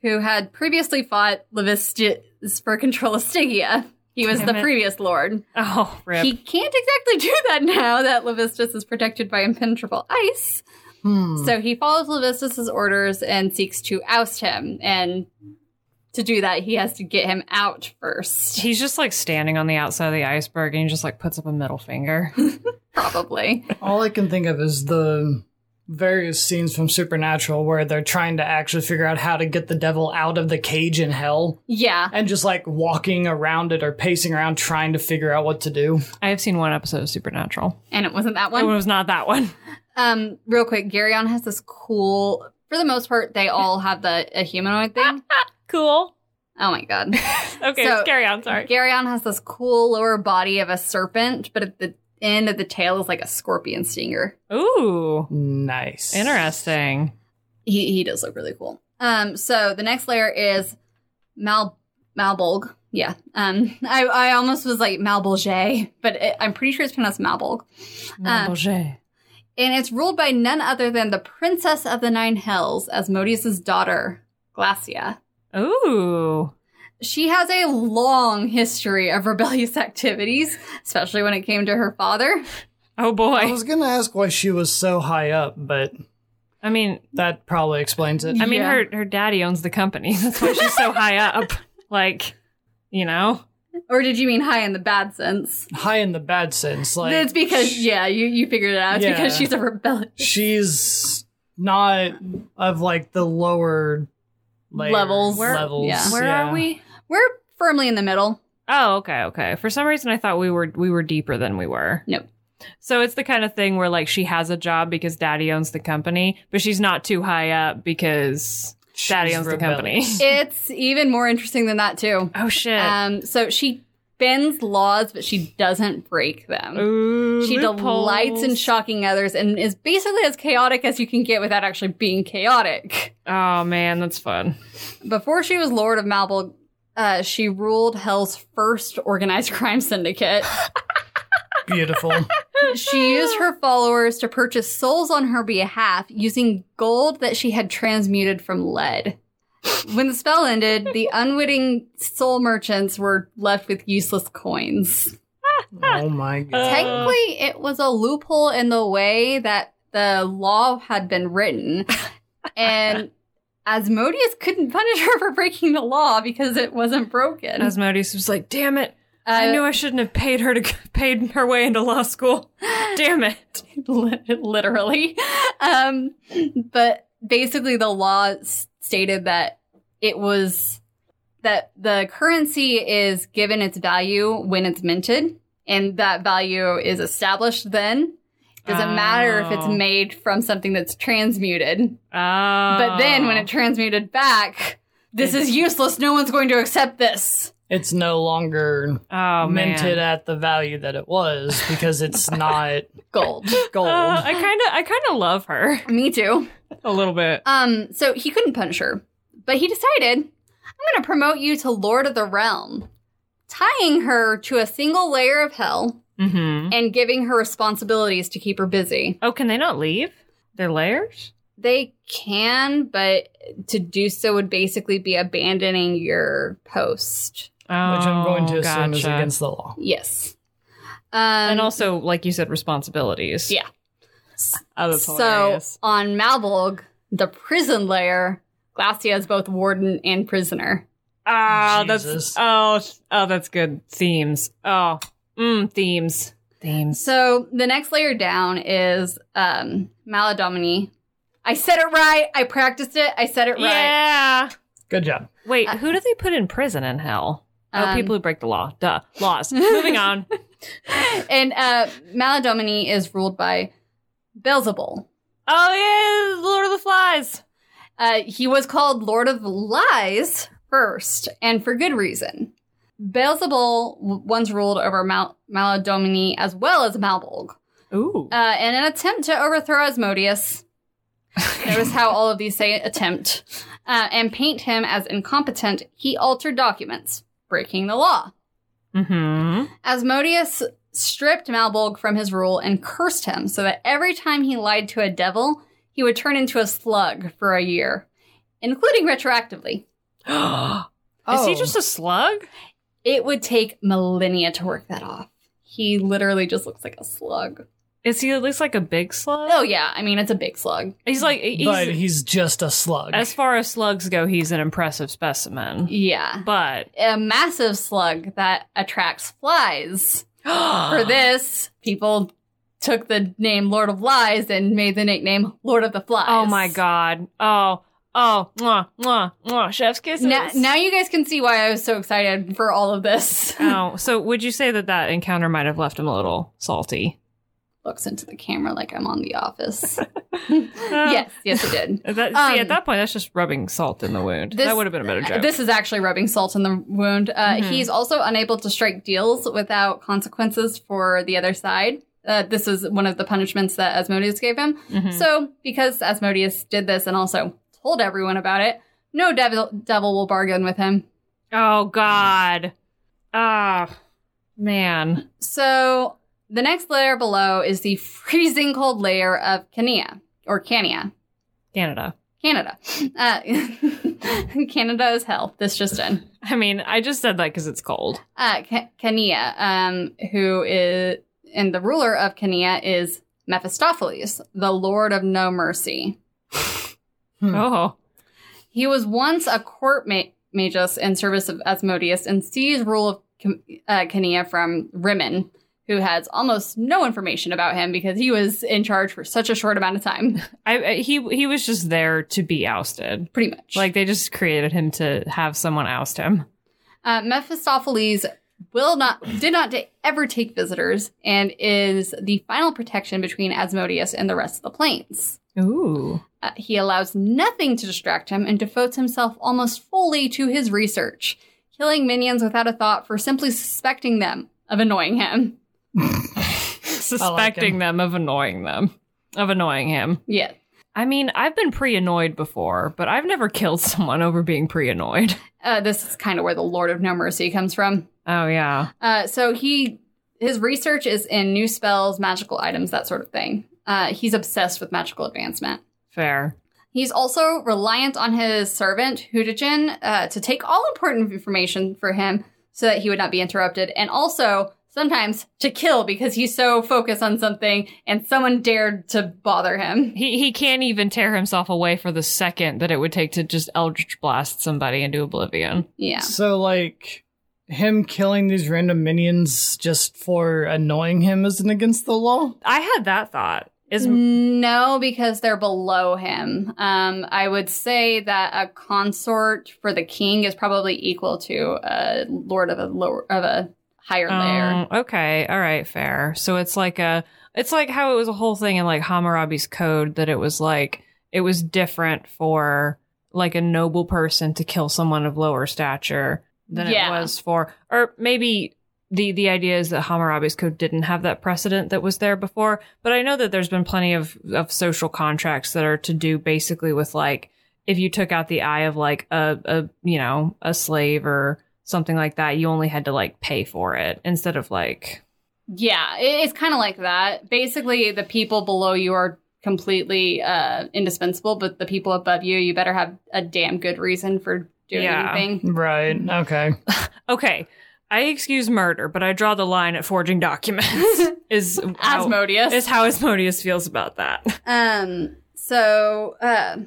S3: who had previously fought Levistus for control of Stygia. He was
S2: Damn
S3: the
S2: it.
S3: previous lord.
S2: Oh, rip.
S3: He can't exactly do that now that Levistus is protected by impenetrable ice.
S4: Hmm.
S3: So he follows Levistus's orders and seeks to oust him. And to do that, he has to get him out first,
S2: He's just like standing on the outside of the iceberg and he just like puts up a middle finger.
S3: probably.
S4: All I can think of is the various scenes from Supernatural where they're trying to actually figure out how to get the devil out of the cage in hell
S3: yeah.
S4: and just like walking around it or pacing around trying to figure out what to do.
S2: I have seen one episode of Supernatural.
S3: And it wasn't that
S2: It
S3: one.
S2: was not that one.
S3: Um, real quick, Garyon has this cool. For the most part, they all have the a humanoid thing.
S2: Cool.
S3: Oh my god.
S2: Okay,
S3: So-
S2: carry on. Sorry.
S3: Garyon has this cool lower body of a serpent, but at the end of the tail is like a scorpion stinger.
S2: Ooh,
S4: Nice.
S2: interesting.
S3: He he does look really cool. Um, so the next layer is Mal Malbolg. Yeah. Um, I I almost was like Malbolge, but it, I'm pretty sure it's pronounced Malbolg. Um,
S2: Malbolge.
S3: And it's ruled by none other than the Princess of the Nine Hells, Asmodeus's daughter, Glacia.
S2: Ooh.
S3: She has a long history of rebellious activities, especially when it came to her father.
S2: Oh
S4: I
S2: boy.
S4: was gonna ask why she was so high up, but
S2: I mean,
S4: that probably explains it.
S2: I mean,
S3: Yeah.
S2: her her daddy owns the company. That's why she's so high up. Like, you know.
S3: Or did you mean high in the bad sense?
S4: high in the bad sense, like
S3: it's because, yeah, you, you figured it out. It's
S4: Yeah.
S3: because she's a rebellious
S4: she's not of like the lower layer-
S3: Levels. Where-
S4: levels.
S3: yeah.
S2: Where
S4: yeah.
S2: are we?
S3: We're firmly in the middle.
S2: Oh, okay, okay. For some reason, I thought we were we were deeper than we were.
S3: Nope.
S2: So it's the kind of thing where like she has a job because daddy owns the company, but she's not too high up because daddy
S4: She's
S2: owns the
S4: rebellious.
S2: company.
S3: It's even more interesting than that, too.
S2: oh shit.
S3: Um, so she bends laws, but she doesn't break them.
S2: Ooh,
S3: She delights in
S2: loopholes.
S3: shocking others and is basically as chaotic as you can get without actually being chaotic.
S2: Oh man, that's fun.
S3: Before she was Lord of Malbolg, uh, she ruled Hell's first organized crime syndicate.
S4: Beautiful.
S3: she used her followers to purchase souls on her behalf using gold that she had transmuted from lead. When the spell ended, the unwitting soul merchants were left with useless coins.
S4: oh my
S2: Uh,
S4: god.
S3: Technically, it was a loophole in the way that the law had been written. And Asmodeus couldn't punish her for breaking the law because it wasn't broken.
S2: Asmodeus was like, "Damn it!
S3: Uh,
S2: I knew I shouldn't have paid her to paid her way into law school. Damn it!
S3: Lit- literally. Um, but basically, the law s- stated that it was that the currency is given its value when it's minted, and that value is established then. Doesn't matter if it's
S2: Oh.
S3: made from something that's transmuted.
S2: Oh.
S3: But then when it transmuted back, this is useless. No one's going to accept this.
S4: It's no longer
S2: oh man,
S4: minted at the value that it was because it's not
S3: Gold.
S4: gold.
S2: Uh, I kind of I kind of love her
S3: Me too.
S2: a little bit.
S3: Um, so he couldn't punish her, but he decided, I'm going to promote you to Lord of the Realm, tying her to a single layer of hell
S2: Mm-hmm.
S3: and giving her responsibilities to keep her busy.
S2: Oh, can they not leave their layers?
S3: They can, but to do so would basically be abandoning your post.
S2: Oh,
S4: which I'm going to
S2: gotcha.
S4: assume is against the law.
S3: Yes. Um,
S2: and also, like you said, responsibilities.
S3: Yeah.
S2: Oh, that's
S3: so
S2: hilarious.
S3: on Malbolg, the prison layer, Glacia is both warden and prisoner.
S2: Ah,
S4: Jesus.
S2: that's oh sh- oh that's good themes. Oh, mm, themes, themes.
S3: So the next layer down is um, Maladomini. I said it right. I practiced it. I said it right.
S2: Yeah.
S4: Good job.
S2: Wait, who do they put in prison in hell? Oh,
S3: Uh, Um,
S2: people who break the law. Duh. Laws. Moving on.
S3: And uh, Maladomini is ruled by Beelzebul.
S2: Oh yeah, Lord of the Flies.
S3: Uh, he was called Lord of Lies first, and for good reason. Beelzebul w- once ruled over Mal- Maladomini as well as Malbolg.
S2: Ooh.
S3: Uh, in an attempt to overthrow Asmodeus, notice how all of these say attempt, uh, and paint him as incompetent, he altered documents, breaking the law.
S2: mm-hmm.
S3: Asmodeus stripped Malbolg from his rule and cursed him so that every time he lied to a devil, he would turn into a slug for a year, including retroactively.
S2: Is
S4: Oh.
S2: he just a slug?
S3: It would take millennia to work that off. He literally just looks like a slug.
S2: Is he at least like a big slug?
S3: Oh, yeah. I mean, it's a big slug.
S2: He's like he's,
S4: but he's just a slug.
S2: as far as slugs go, he's an impressive specimen.
S3: Yeah.
S2: But
S3: A massive slug that attracts flies.
S2: Ah.
S3: For this, people took the name Lord of Lies and made the nickname Lord of the Flies.
S2: Oh my god. Oh, oh, mwah, mwah, mwah. Chef's kisses.
S3: Now, now you guys can see why I was so excited for all of this.
S2: oh, so would you say that that encounter might have left him a little salty?
S3: Looks into the camera like I'm on The Office. yes, yes, it did.
S2: That, see,
S3: Um,
S2: at that point, that's just rubbing salt in the wound.
S3: this- uh,
S2: that would have been a better joke.
S3: This is actually rubbing salt in the wound. Uh,
S2: Mhm.
S3: He's also unable to strike deals without consequences for the other side. Uh, this is one of the punishments that Asmodeus gave him.
S2: Mhm.
S3: So, because Asmodeus did this and also told everyone about it, no devil, devil will bargain with him.
S2: oh god. Ah, man.
S3: So, the next layer below is the freezing cold layer of Cania, or Cania.
S2: Canada.
S3: Canada. Uh, Canada is hell. This just in.
S2: I mean, I just said that because it's cold.
S3: Uh, K- Kania, um, who is, and the ruler of Kania is Mephistopheles, the Lord of No Mercy. Mm.
S4: Hmm.
S2: Oh.
S3: He was once a court ma- magus in service of Asmodeus and seized rule of K- uh, Kania from Rimmon, who has almost no information about him because he was in charge for such a short amount of time,
S2: I, I- he he was just there to be ousted.
S3: pretty much.
S2: Like they just created him to have someone oust him.
S3: Uh, Mephistopheles will not did not ta- ever take visitors and is the final protection between Asmodeus and the rest of the planes.
S2: Ooh.
S3: Uh, he allows nothing to distract him and devotes himself almost fully to his research, killing minions without a thought for simply suspecting them of annoying him.
S2: Suspecting them of annoying them. Of annoying him.
S3: Yeah.
S2: I mean, I've been pre annoyed before, but I've never killed someone over being pre annoyed.
S3: Uh, this is kind of where the Lord of No Mercy comes from.
S2: Oh yeah.
S3: Uh, so he his research is in new spells, magical items, that sort of thing. Uh, he's obsessed with magical advancement.
S2: Fair.
S3: He's also reliant on his servant, Hudijin, uh, to take all important information for him so that he would not be interrupted, and also sometimes to kill because he's so focused on something and someone dared to bother him.
S2: He he can't even tear himself away for the second that it would take to just eldritch blast somebody into oblivion.
S3: Yeah.
S4: So like him killing these random minions just for annoying him isn't against the law.
S2: I had that thought. Is
S3: No, because they're below him. Um, I would say that a consort for the king is probably equal to a lord of a lower of a higher layer.
S2: Um, okay, all right, fair. So it's like a, it's like how it was a whole thing in like Hammurabi's code that it was like it was different for like a noble person to kill someone of lower stature than
S3: Yeah.
S2: it was for, or maybe the the idea is that Hammurabi's code didn't have that precedent that was there before. But I know that there's been plenty of of social contracts that are to do basically with like if you took out the eye of like a, a you know a slave or something like that you only had to like pay for it instead of like
S3: Yeah, i- it's kind of like that. Basically, the people below you are completely uh, indispensable, but the people above you, you better have a damn good reason for doing
S2: Yeah.
S3: anything.
S4: Right. Okay.
S2: okay i excuse murder but i draw the line at forging documents is how,
S3: Asmodeus.
S2: is how asmodeus feels about that
S3: Um, so uh,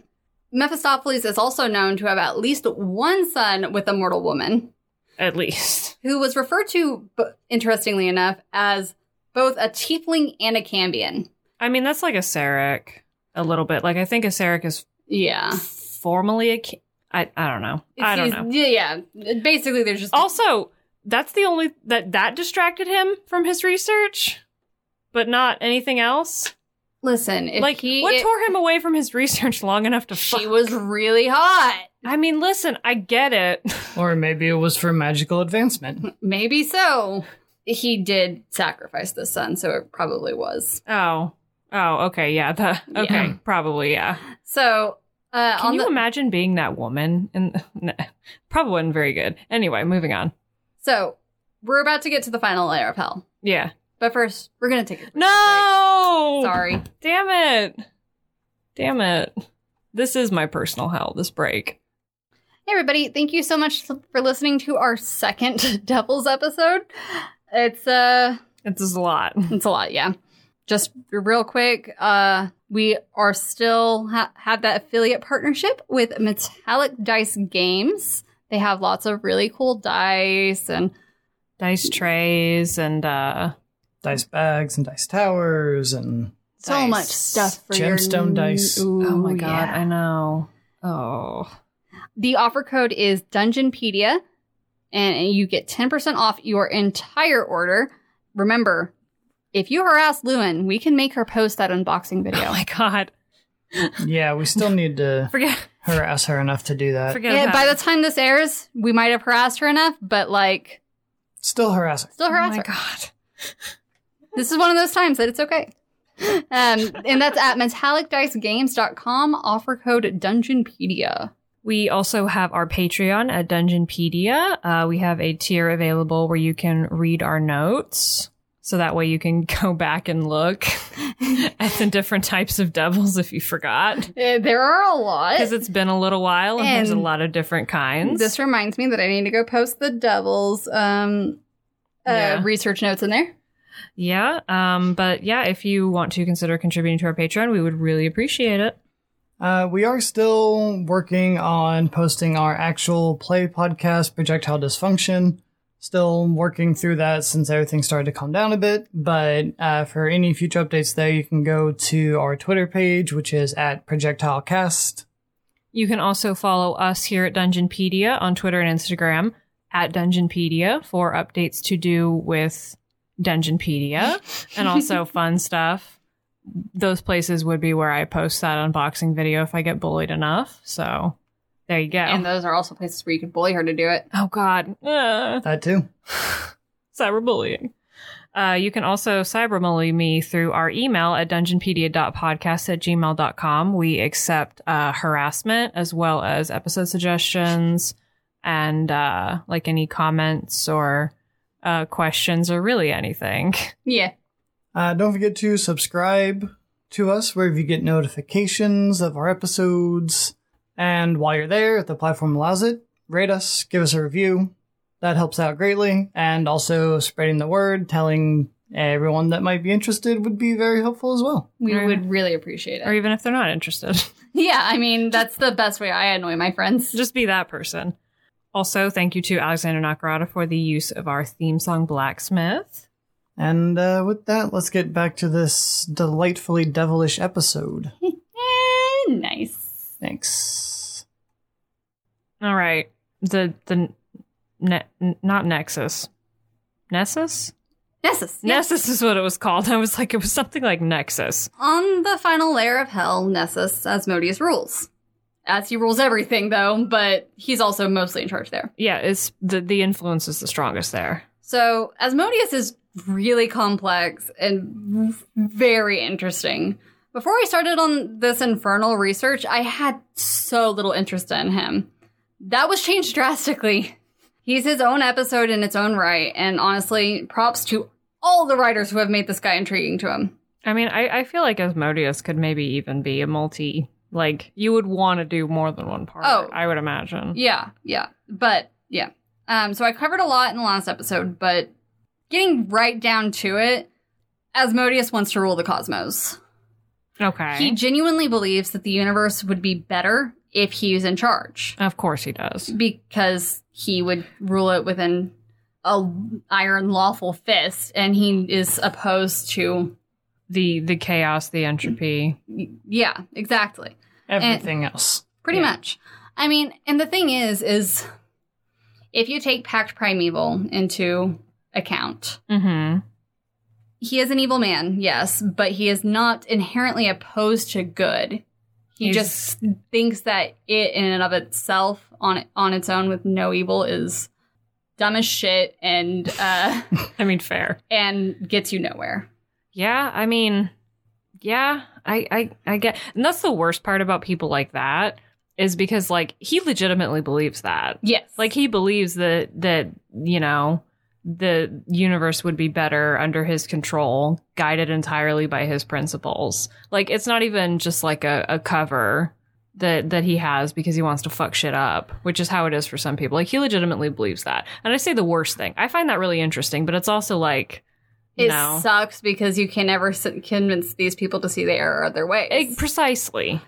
S3: Mephistopheles is also known to have at least one son with a mortal woman,
S2: at least
S3: who was referred to, b- interestingly enough, as both a tiefling and a cambion.
S2: i mean that's like a seric a little bit like i think a seric is
S3: Yeah.
S2: formally a ca- I, I don't know i don't
S3: It's
S2: know
S3: these- Yeah, yeah. Basically, there's just
S2: also that's the only that that distracted him from his research but not anything else
S3: listen. If
S2: like
S3: he,
S2: what
S3: it-
S2: tore him away from his research long enough to
S3: she
S2: fuck?
S3: was really hot.
S2: I mean, listen, I get it.
S4: Or maybe it was for magical advancement.
S3: Maybe so. He did sacrifice the son, so it probably was.
S2: Oh, oh, okay, yeah, the
S3: Yeah.
S2: okay, probably, yeah.
S3: So, uh,
S2: Can
S3: on
S2: you
S3: the,
S2: imagine being that woman? And no, probably wasn't very good. Anyway, moving on.
S3: so we're about to get to the final layer of hell.
S2: Yeah,
S3: But first, we're gonna take a quick
S2: No!
S3: break. Sorry.
S2: Damn it. Damn it. This is my personal hell, this break.
S3: Hey, everybody. Thank you so much for listening to our second Devils episode. It's uh
S2: This is a lot.
S3: It's a lot, yeah. Just real quick, uh, we are still ha- have that affiliate partnership with Metallic Dice Games. They have lots of really cool dice, and
S2: Dice trays and uh
S4: Dice bags and dice towers and
S3: so
S2: Dice.
S3: much stuff for your
S4: Gemstone dice.
S3: Ooh,
S2: oh my god,
S3: yeah.
S2: I know. Oh.
S3: The offer code is Dungeonpedia, and you get 10% off your entire order. Remember, if you harass Lewin, we can make her post that unboxing video.
S2: Oh my god.
S4: yeah, we still need to
S2: Forget
S4: harass her enough to do Uh, that.
S2: forget
S3: Yeah,
S2: about
S3: by the
S2: it.
S3: time this airs, we might have harassed her enough, but like,
S4: Still harass her.
S3: still
S2: Oh
S3: harass
S2: my
S3: her.
S2: god.
S3: This is one of those times that it's okay. Um, and that's at metallicdicegames.com, offer code Dungeonpedia.
S2: We also have our Patreon at Dungeonpedia. Uh, we have a tier available where you can read our notes. So that way you can go back and look at the different types of devils if you forgot.
S3: Uh, there are a lot.
S2: Because it's been a little while and, there's a
S3: And
S2: lot of different kinds.
S3: This reminds me that I need to go post the devil's um, uh,
S2: Yeah.
S3: research notes in there.
S2: yeah. Um, but yeah, if you want to consider contributing to our Patreon, we would really appreciate it.
S4: Uh, we are still working on posting our actual play podcast, Projectile Dysfunction. Still working through that since everything started to calm down a bit. But uh, for any future updates there, you can go to our Twitter page, which is at ProjectileCast.
S2: You can also follow us here at Dungeonpedia on Twitter and Instagram at Dungeonpedia for updates to do with Dungeonpedia and also fun stuff. Those places would be where I post that unboxing video if I get bullied enough. So there you go.
S3: And those are also places where you could bully her to do it.
S2: oh, God. Ugh.
S4: That too.
S2: cyberbullying. Uh, you can also cyberbully me through our email at dungeonpedia.podcast at gmail.com. We accept uh, harassment as well as episode suggestions and uh, like any comments or uh, questions or really anything.
S3: Yeah.
S4: Uh, don't forget to subscribe to us wherever you get notifications of our episodes. And while you're there, if the platform allows it, rate us, give us a review. That helps out greatly. And also spreading the word, telling everyone that might be interested would be very helpful as well.
S3: We
S2: Or-
S3: would really appreciate it.
S2: Or even if they're not interested,
S3: yeah, I mean, that's the best way I annoy my friends.
S2: just be that person. Also, thank you to Alexander Nakarada for the use of our theme song, Blacksmith.
S4: And uh, with that, let's get back to this delightfully devilish episode.
S3: Eh, nice.
S4: Thanks.
S2: All right. The, the, ne- n- not Nexus. Nessus?
S3: Nessus. yeah.
S2: Nessus is what it was called. I was like, it was something like Nexus.
S3: On the final layer of hell, Nessus Asmodeus rules. As he rules everything, though, but he's also mostly in charge there.
S2: Yeah, it's the the influence is the strongest there.
S3: So Asmodeus is really complex and very interesting. Before I started on this infernal research, I had so little interest in him. That was changed drastically. He's his own episode in its own right, and honestly, props to all the writers who have made this guy intriguing to him.
S2: I mean, I, I feel like Asmodeus could maybe even be a multi. Like you would want to do more than one part.
S3: Oh.
S2: I would imagine.
S3: Yeah, yeah. But yeah. Um, so I covered a lot in the last episode, but getting right down to it, Asmodeus wants to rule the cosmos.
S2: Okay.
S3: He genuinely believes that the universe would be better if he was in charge
S2: of course he does.
S3: because he would rule it with an a iron lawful fist and he is opposed to
S2: The the chaos, the entropy.
S3: yeah exactly
S4: Everything else.
S3: pretty
S2: Yeah.
S3: much i mean and the thing is is if you take pact primeval into account
S2: Mm-hmm.
S3: he is an evil man, yes, but he is not inherently opposed to good. He
S2: He's-
S3: just thinks that it in and of itself on on its own with no evil is dumb as shit and uh
S2: I mean, fair.
S3: and gets you nowhere.
S2: Yeah, I mean, yeah, I, I, I get, and that's the worst part about people like that is because like he legitimately believes that.
S3: Yes.
S2: Like he believes that that you know the universe would be better under his control, guided entirely by his principles. Like it's not even just like a, a cover that that he has because he wants to fuck shit up, which is how it is for some people. Like he legitimately believes that. And I say the worst thing. I find that really interesting, but it's also like
S3: It
S2: no.
S3: sucks because you can never s- convince these people to see the error of their ways.
S2: Eh, precisely.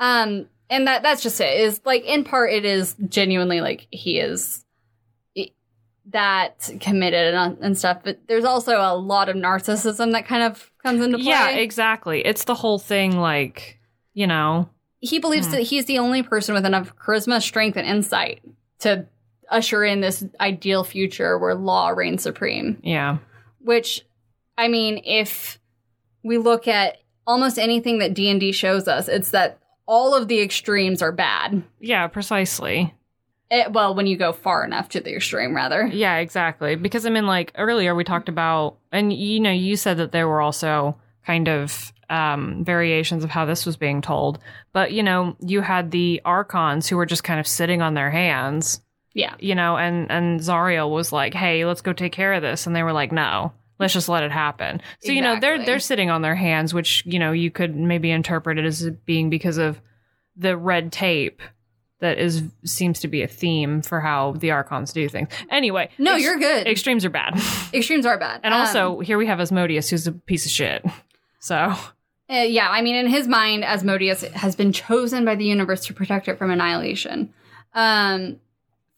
S3: Um, and that that's just it. Is like in part, it is genuinely like he is i- that committed and, and stuff. But there's also a lot of narcissism that kind of comes into play.
S2: Yeah, exactly. It's the whole thing like, you know,
S3: he believes
S2: Hmm.
S3: that he's the only person with enough charisma, strength, and insight to usher in this ideal future where law reigns supreme.
S2: yeah.
S3: Which, I mean, if we look at almost anything that D and D shows us, it's that all of the extremes are bad.
S2: Yeah, precisely.
S3: It, Eh, well, when you go far enough to the extreme, rather.
S2: Yeah, exactly. Because I mean, like earlier we talked about, and you know, you said that there were also kind of um, variations of how this was being told. But you know, you had the archons who were just kind of sitting on their hands,
S3: Yeah.
S2: you know, and and Zariel was like, "Hey, let's go take care of this," and they were like, "No." Let's just let it happen. So you know they're
S3: Exactly.
S2: they're sitting on their hands, which you know you could maybe interpret it as being because of the red tape that is seems to be a theme for how the archons do things. Anyway,
S3: No,
S2: ex-
S3: you're good.
S2: extremes are bad,
S3: Extremes are bad.
S2: and
S3: Um,
S2: also here we have Asmodeus, who's a piece of shit. So
S3: uh, yeah, I mean, in his mind, Asmodeus has been chosen by the universe to protect it from annihilation. Um,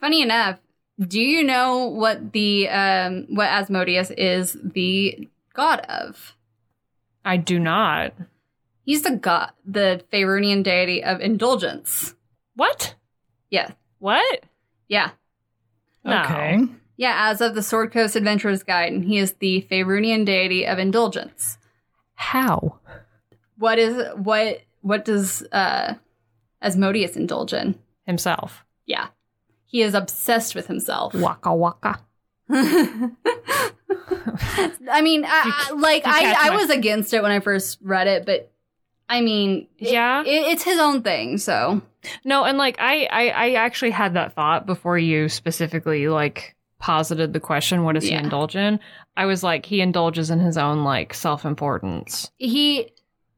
S3: funny enough, do you know what the um, what Asmodeus is the god of?
S2: I do not
S3: He's the god, the Faerunian deity of indulgence.
S2: what
S3: Yeah,
S2: what
S3: yeah,
S2: No.
S4: Okay.
S3: yeah. As of the Sword Coast Adventurer's Guide, and he is the Faerunian deity of indulgence.
S2: how
S3: what is what what does uh Asmodeus indulge in?
S2: himself
S3: Yeah. He is obsessed with himself.
S2: waka waka.
S3: I mean, I, I- like
S2: you catch
S3: I, I
S2: my-
S3: was against it when I first read it, but I mean, it-
S2: Yeah.
S3: it, it's his own thing. So
S2: No, and like I, I, I actually had that thought before you specifically like posited the question, what does
S3: Yeah.
S2: he indulge in? I was like, he indulges in his own like self importance.
S3: he,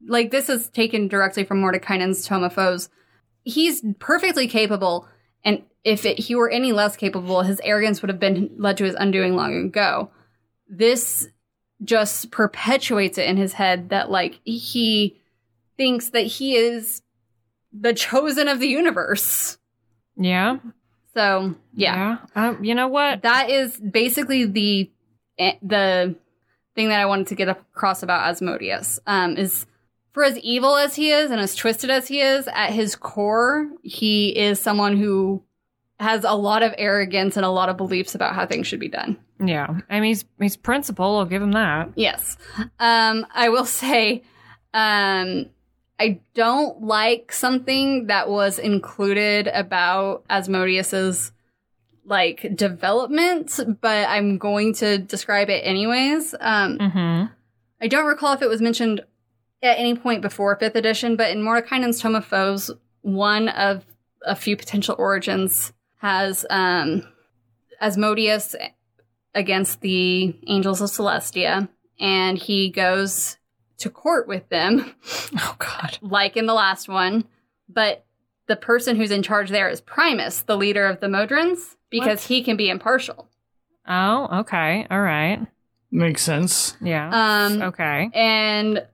S3: like, this is taken directly from Mordekainen's Tome of Foes. He's perfectly capable, and if it, he were any less capable, his arrogance would have been led to his undoing long ago. This just perpetuates it in his head that, like, he thinks that he is the chosen of the universe.
S2: Yeah.
S3: So, yeah.
S2: Um, you know what?
S3: that is basically the eh, the thing that I wanted to get across about Asmodeus. Um, is for as evil as he is and as twisted as he is, at his core, he is someone who has a lot of arrogance and a lot of beliefs about how things should be done.
S2: Yeah. I mean, he's he's principled. I'll give him that.
S3: Yes. Um, I will say, um, I don't like something that was included about Asmodeus's like development, but I'm going to describe it anyways. Um,
S2: Mm-hmm.
S3: I don't recall if it was mentioned at any point before fifth edition, but in Mordekainen's Tome of Foes, one of a few potential origins has um, Asmodeus against the angels of Celestia, and he goes to court with them,
S2: Oh God.
S3: like in the last one, but the person who's in charge there is Primus, the leader of the Modrons, because
S2: What?
S3: he can be impartial.
S2: Oh. Okay. All right.
S4: Makes sense.
S2: Yeah.
S3: Um,
S2: okay.
S3: and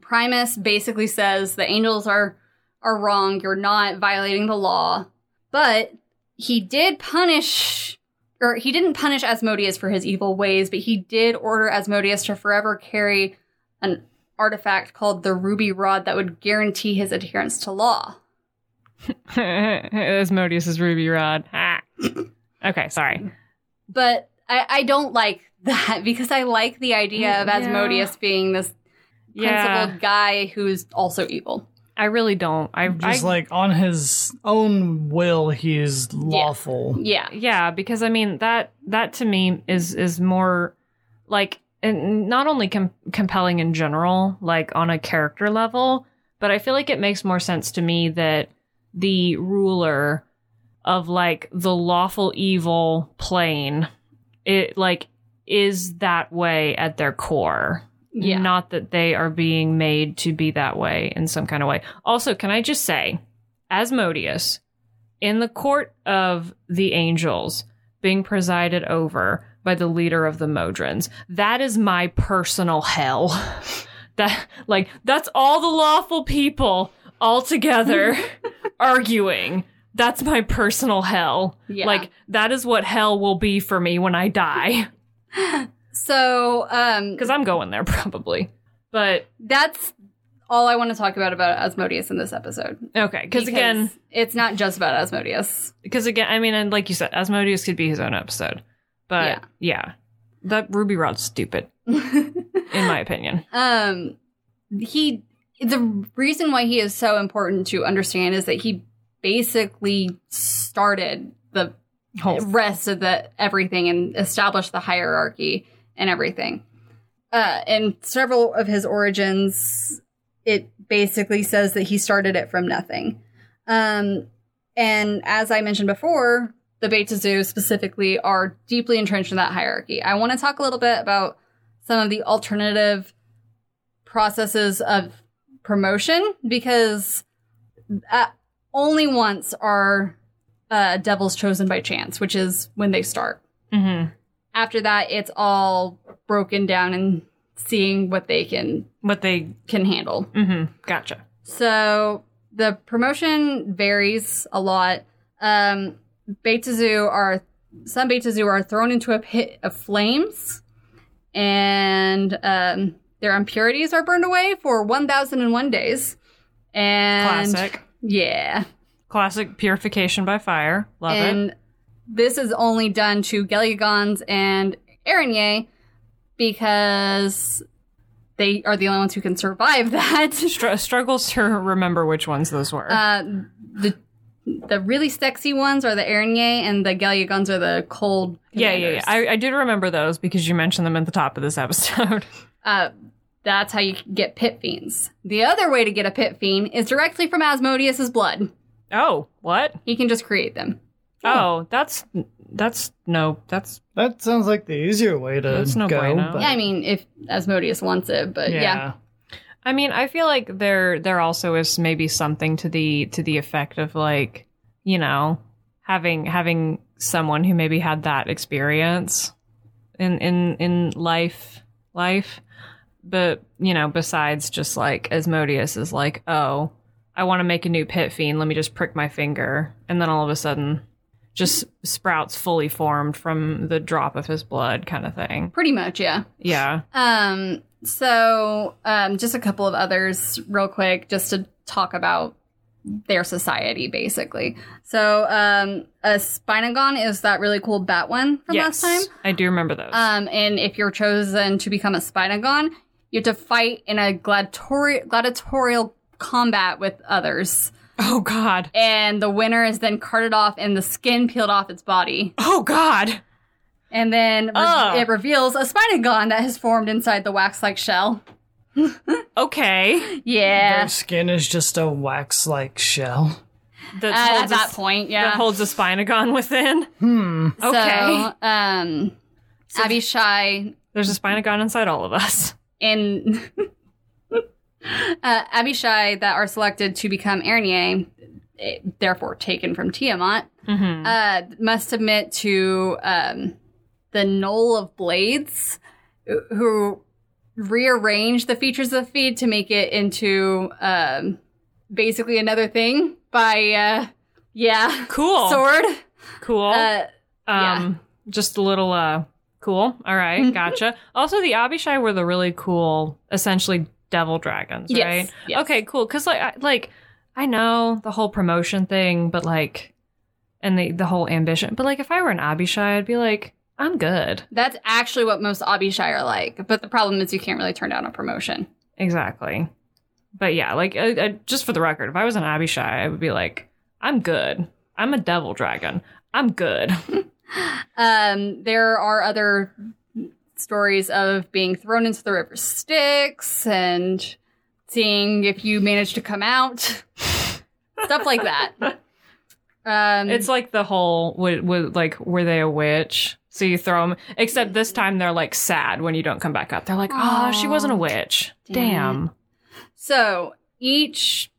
S3: Primus basically says the angels are are wrong. You're not violating the law, but he did punish, or he didn't punish Asmodeus for his evil ways, but he did order Asmodeus to forever carry an artifact called the ruby rod that would guarantee his adherence to law.
S2: Asmodeus's ruby rod. Ah. Okay. Sorry.
S3: But I, I don't like that because I like the idea of
S2: Mm, Yeah.
S3: Asmodeus being this
S2: Yeah.
S3: principled guy who's also evil.
S2: I really don't. I
S4: Just
S2: I,
S4: like on his own will, he is lawful.
S3: Yeah.
S2: yeah because i mean that that to me is is more like and not only com- compelling in general like on a character level but i feel like it makes more sense to me that the ruler of like the lawful evil plane it like is that way at their core.
S3: Yeah.
S2: Not that they are being made to be that way in some kind of way. Also, can I just say, Asmodeus, in the court of the angels, being presided over by the leader of the Modrons, that is my personal hell. that like that's all the lawful people all together arguing. That's my personal hell.
S3: Yeah.
S2: Like that is what hell will be for me when I die.
S3: So, um,
S2: Because I'm going there probably. But
S3: that's all I want to talk about about Asmodeus in this episode.
S2: okay, because again,
S3: it's not just about Asmodeus.
S2: because again, I mean, and like you said, Asmodeus could be his own episode. But yeah, that Ruby Rod's stupid, in my opinion.
S3: um, he the reason why he is so important to understand is that he basically started the
S2: Whole.
S3: rest of the everything and established the hierarchy and everything. Uh, in several of his origins, it basically says that he started it from nothing. Um, and as I mentioned before, the Beta Zoo specifically are deeply entrenched in that hierarchy. I want to talk a little bit about some of the alternative processes of promotion because uh, only once are uh, devils chosen by chance, which is when they start.
S2: hmm
S3: After that, it's all broken down and seeing what they can
S2: But they,
S3: can handle.
S2: hmm gotcha.
S3: So the promotion varies a lot. Um, Beta Zoo are some Beta Zoo are thrown into a pit of flames, and um, their impurities are burned away for one thousand and one days. And
S2: Classic.
S3: yeah,
S2: Classic purification by fire. Love it.
S3: and this is only done to Geligons and Aranye because they are the only ones who can survive that.
S2: Str- struggles to remember which ones those were.
S3: Uh, the the really sexy ones are the Aranye, and the Geligons are the cold.
S2: yeah, yeah, yeah.
S3: commanders.
S2: I, I did remember those because you mentioned them at the top of this episode.
S3: uh, that's how you get pit fiends. The other way to get a pit fiend is directly from Asmodeus's blood.
S2: oh, what?
S3: He can just create them.
S2: Oh, that's that's no, that's
S4: That sounds like the easier way to
S2: That's no
S4: go.
S2: bueno.
S4: but-
S3: Yeah, I mean, if Asmodeus wants it, but yeah.
S2: I mean, I feel like there there also is maybe something to the to the effect of like, you know, having having someone who maybe had that experience in in in life life. But, you know, besides just like Asmodeus is like, "Oh, I want to make a new pit fiend. Let me just prick my finger." And then all of a sudden just sprouts fully formed from the drop of his blood kind of thing.
S3: pretty much, yeah.
S2: Yeah.
S3: Um, so um, just a couple of others, real quick, just to talk about their society, basically. So um, a Spinagon is that really cool bat one from
S2: yes.
S3: last time.
S2: I do remember those.
S3: Um, and if you're chosen to become a Spinagon, you have to fight in a gladiatori- gladiatorial combat with others.
S2: oh god.
S3: And the winner is then carted off and the skin peeled off its body.
S2: Oh God!
S3: And then re-
S2: Oh.
S3: it reveals a Spinagon that has formed inside the wax like shell.
S2: Okay,
S3: Yeah.
S4: Their skin is just a wax like shell.
S2: that
S3: Uh, at
S2: holds a-
S3: that point, yeah.
S2: that holds a spinagon within.
S4: Hmm.
S2: Okay,
S3: So, um, Abishai
S2: there's a spinagon inside all of us.
S3: and uh, Abishai that are selected to become Aranye, eh, therefore taken from Tiamat,
S2: Mm-hmm.
S3: uh, must submit to um, the Knoll of Blades, who- who rearrange the features of the feed to make it into um, basically another thing by, uh, yeah,
S2: cool,
S3: sword.
S2: cool.
S3: Uh,
S2: um, just a little uh, cool. All
S3: Mm-hmm.
S2: right, gotcha. also, the Abishai were the really cool, essentially devil dragons,
S3: Yes, Oh,
S2: right?
S3: yes.
S2: Okay, cool. Because like, I, like I know the whole promotion thing, but like, and the the whole ambition, but like, if I were an Abishai, I'd be like, I'm good.
S3: That's actually what most Abishai are like, but the problem is you can't really turn down a promotion.
S2: Exactly. But yeah, like uh, uh, just for the record, if I was an Abishai, I would be like, I'm good. I'm a devil dragon. I'm good.
S3: Mm-hmm. Um, there are other stories of being thrown into the river Styx and seeing if you manage to come out, stuff like that. Um,
S2: it's like the whole would, would like were they a witch So you throw them, except this time they're like sad when you don't come back up. They're like, oh, she
S3: Aw.
S2: wasn't a witch.
S3: Damn
S2: Damn.
S3: So each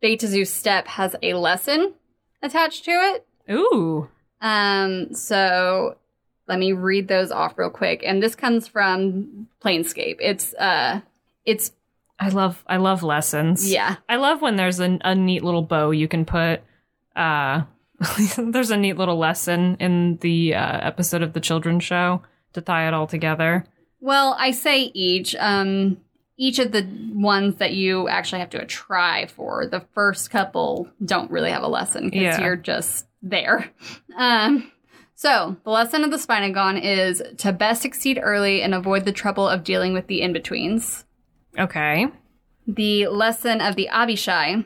S3: Beta Zoo step has a lesson attached to it.
S2: Ooh.
S3: Um, so let me read those off real quick. And this comes from Planescape. It's uh, it's
S2: I love, I love lessons.
S3: yeah,
S2: I love when there's a, a neat little bow you can put. Uh, there's a neat little lesson in the uh, episode of the children's show to tie it all together.
S3: Well, I say each. Um, each of the ones that you actually have to try for. The first couple don't really have a lesson because
S2: Yeah.
S3: you're just there. Um, so the lesson of the Spinagon is to best succeed early and avoid the trouble of dealing with the in betweens.
S2: Okay.
S3: The lesson of the Abishai.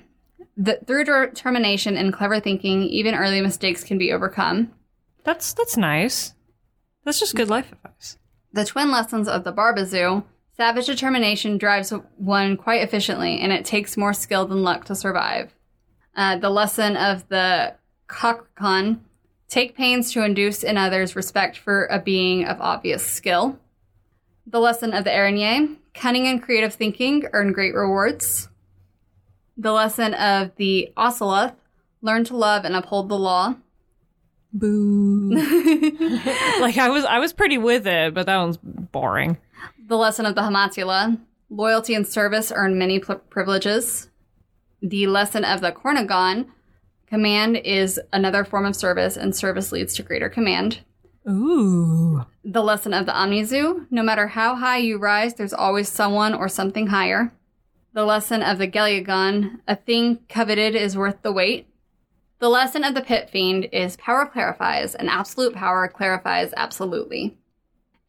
S3: The, through determination and clever thinking, even early mistakes can be overcome.
S2: That's, that's nice. That's just good life advice.
S3: The twin lessons of the Barbazoo savage determination drives one quite efficiently, and it takes more skill than luck to survive. Uh, the lesson of the Cockcon take pains to induce in others respect for a being of obvious skill. The lesson of the Aranyé cunning and creative thinking earn great rewards. The lesson of the Oceloth learn to love and uphold the law.
S2: Boo. like I was, I was pretty with it, but that one's boring.
S3: The lesson of the Hamatula loyalty and service earn many pl- privileges. The lesson of the Cornagon command is another form of service, and service leads to greater command.
S2: Ooh.
S3: The lesson of the Omnizu no matter how high you rise, there's always someone or something higher. The lesson of the Gelyagon a thing coveted is worth the wait. The lesson of the Pit Fiend is power clarifies, and absolute power clarifies absolutely.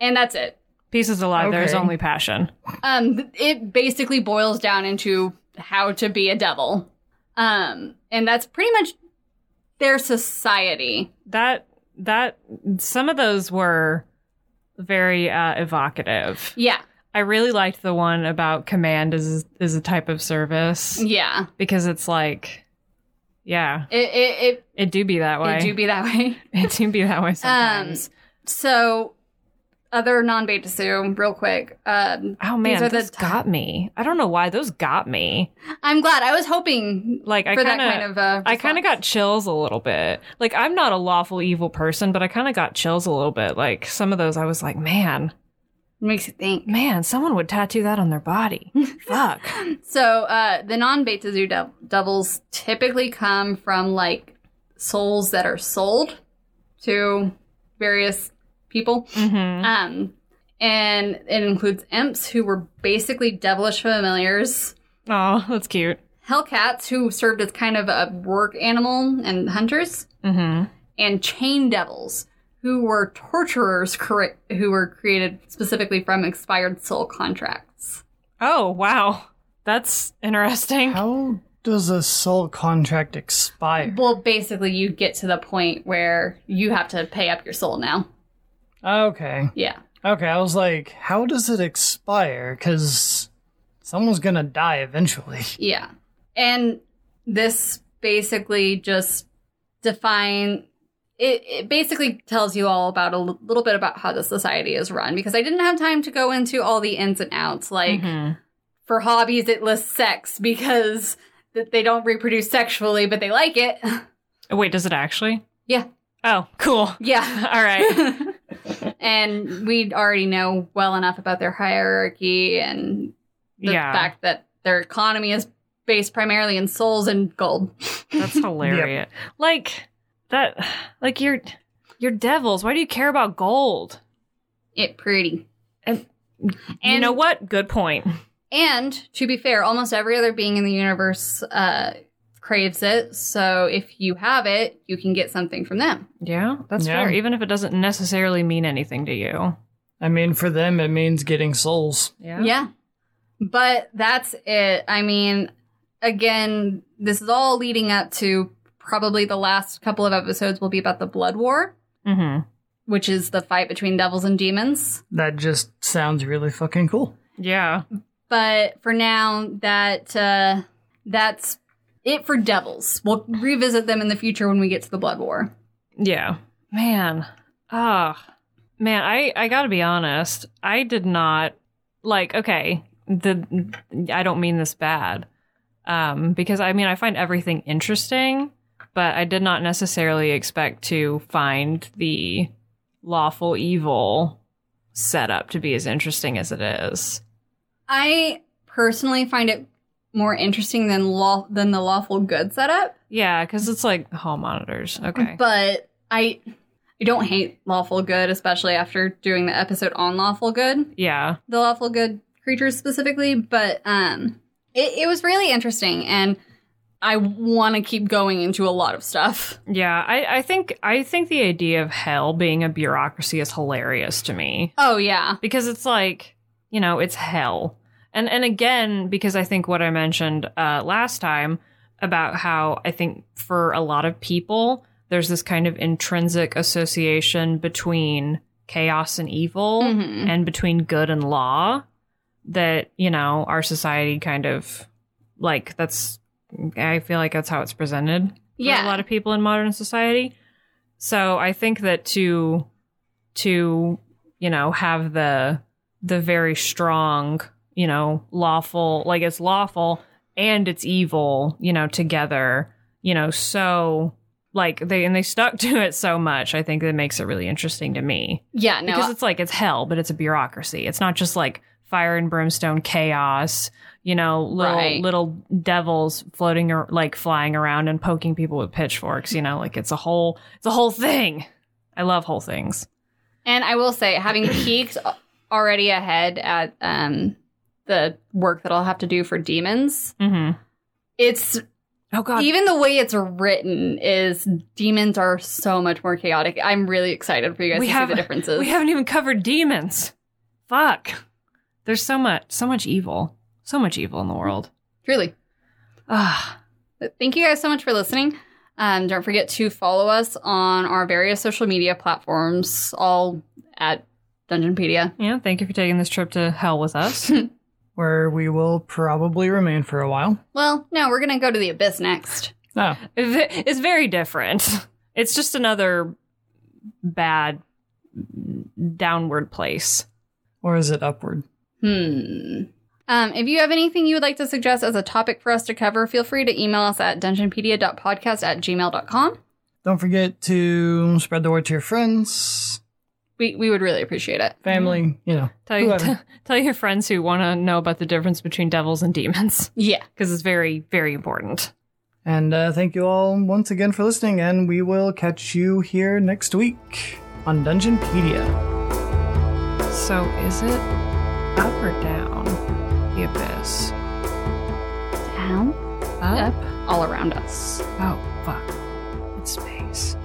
S3: And that's it.
S2: Peace is alive. There is
S4: Okay.
S2: only passion.
S3: Um, th- it basically boils down into how to be a devil. Um, and that's pretty much their society.
S2: That that some of those were very uh, evocative.
S3: Yeah,
S2: I really liked the one about command is is a type of service
S3: yeah.
S2: because it's like, yeah,
S3: It it
S2: it do be that
S3: it,
S2: way.
S3: it do be Um, that way.
S2: It do be that way sometimes.
S3: So, other non-beta Sue, real quick. Um,
S2: oh man,
S3: are the
S2: those got me. I don't know why those got me.
S3: I'm glad. I was hoping
S2: Like I
S3: for
S2: kind
S3: that kind
S2: of.
S3: of. Uh,
S2: I kind of got
S3: response.
S2: chills a little bit. Like I'm not a lawful evil person, but I kind of got chills a little bit. Like some of those, I was like, man,
S3: makes you think.
S2: man, someone would tattoo that on their body. Fuck.
S3: So, uh, the non-beta Zoo dev- devils typically come from like souls that are sold to various people.
S2: Mm-hmm.
S3: Um, and it includes imps who were basically devilish familiars,
S2: Oh, that's cute.
S3: hellcats who served as kind of a work animal and hunters,
S2: Mm-hmm.
S3: and chain devils who were torturers cre- who were created specifically from expired soul contracts.
S2: Oh, wow. That's interesting.
S4: How does a soul contract expire?
S3: Well, basically, you get to the point where you have to pay up your soul now.
S4: Okay.
S3: Yeah.
S4: Okay, I was like, how does it expire? Because someone's gonna die eventually.
S3: Yeah. And this basically just define it, it basically tells you all about a l- little bit about how the society is run because I didn't have time to go into all the ins and outs. Like
S2: Mhm.
S3: for hobbies, it lists sex because that they don't reproduce sexually, but they like it.
S2: Oh, Wait, does it actually?
S3: yeah,
S2: Oh, cool.
S3: yeah.
S2: All right.
S3: and we already know well enough about their hierarchy and the
S2: Yeah.
S3: fact that their economy is based primarily in souls and gold.
S2: That's hilarious. Like that like you're you're devils. Why do you care about gold?
S3: it pretty.
S2: And, you
S3: And-
S2: know what? Good point.
S3: And to be fair, almost every other being in the universe uh, craves it. So if you have it, you can get something from them.
S2: Yeah, that's
S4: Yeah.
S2: fair. Even if it doesn't necessarily mean anything to you.
S4: I mean, for them, it means getting souls.
S2: Yeah.
S3: But that's it. I mean, again, this is all leading up to probably the last couple of episodes will be about the Blood War,
S2: Mm-hmm.
S3: which is the fight between devils and demons.
S4: That just sounds really fucking cool.
S2: Yeah.
S3: But for now, that uh, that's it for devils. We'll revisit them in the future when we get to the Blood War.
S2: Yeah. Man. Ah, man, I I gotta be honest. I did not like. Okay, the I don't mean this bad, um, because I mean I find everything interesting, but I did not necessarily expect to find the lawful evil setup to be as interesting as it is.
S3: I personally find it more interesting than law than the lawful good setup,
S2: Yeah, because it's like hall monitors. Okay.
S3: but I I don't hate lawful good, especially after doing the episode on lawful good,
S2: yeah.
S3: the lawful good creatures specifically. But um, it, it was really interesting, and I want to keep going into a lot of stuff.
S2: Yeah, I, I think I think the idea of hell being a bureaucracy is hilarious to me
S3: Oh yeah,
S2: because it's like you know it's hell, and and again because I think what I mentioned uh, last time about how I think for a lot of people there's this kind of intrinsic association between chaos and evil
S3: Mhm.
S2: and between good and law that you know our society kind of like that's I feel like that's how it's presented yeah.
S3: yeah.
S2: a lot of people in modern society. So I think that to to you know have the the very strong you know lawful like it's lawful and it's evil you know together you know so like they and they stuck to it so much i think that makes it really interesting to me
S3: yeah, no,
S2: because it's like it's hell but it's a bureaucracy it's not just like fire and brimstone chaos you know little
S3: Right.
S2: little devils floating or like flying around and poking people with pitchforks you know like it's a whole it's a whole thing i love whole things
S3: And I will say, having peaked already ahead at um, the work that I'll have to do for demons,
S2: hmm
S3: it's
S2: oh god
S3: even the way it's written is demons are so much more chaotic. I'm really excited for you guys
S2: We
S3: to
S2: have-
S3: see the differences.
S2: we haven't even covered demons fuck there's so much so much evil so much evil in the world
S3: Truly.
S2: ah
S3: But Thank you guys so much for listening. Um, don't forget to follow us on our various social media platforms, all at Dungeonpedia.
S2: yeah thank you for taking this trip to hell with us
S4: where we will probably remain for a while.
S3: Well, no, we're going to go to the abyss next.
S4: Oh,
S2: It's very different. It's just another bad downward place.
S4: or is it upward?
S3: Hmm. Um, if you have anything you would like to suggest as a topic for us to cover, feel free to email us at dungeonpedia.podcast at gmail.com.
S4: Don't forget to spread the word to your friends,
S3: We, we would really appreciate it.
S4: family, you know.
S2: Tell, you,
S4: Whoever.
S2: tell your friends who want to know about the difference between devils and demons
S3: Yeah.
S2: because it's very, very important.
S4: And uh, thank you all once again for listening, and we will catch you here next week on Dungeonpedia.
S2: So, is it up or down the abyss?
S3: Down,
S2: Up?
S3: all around us.
S2: Oh, fuck. It's space.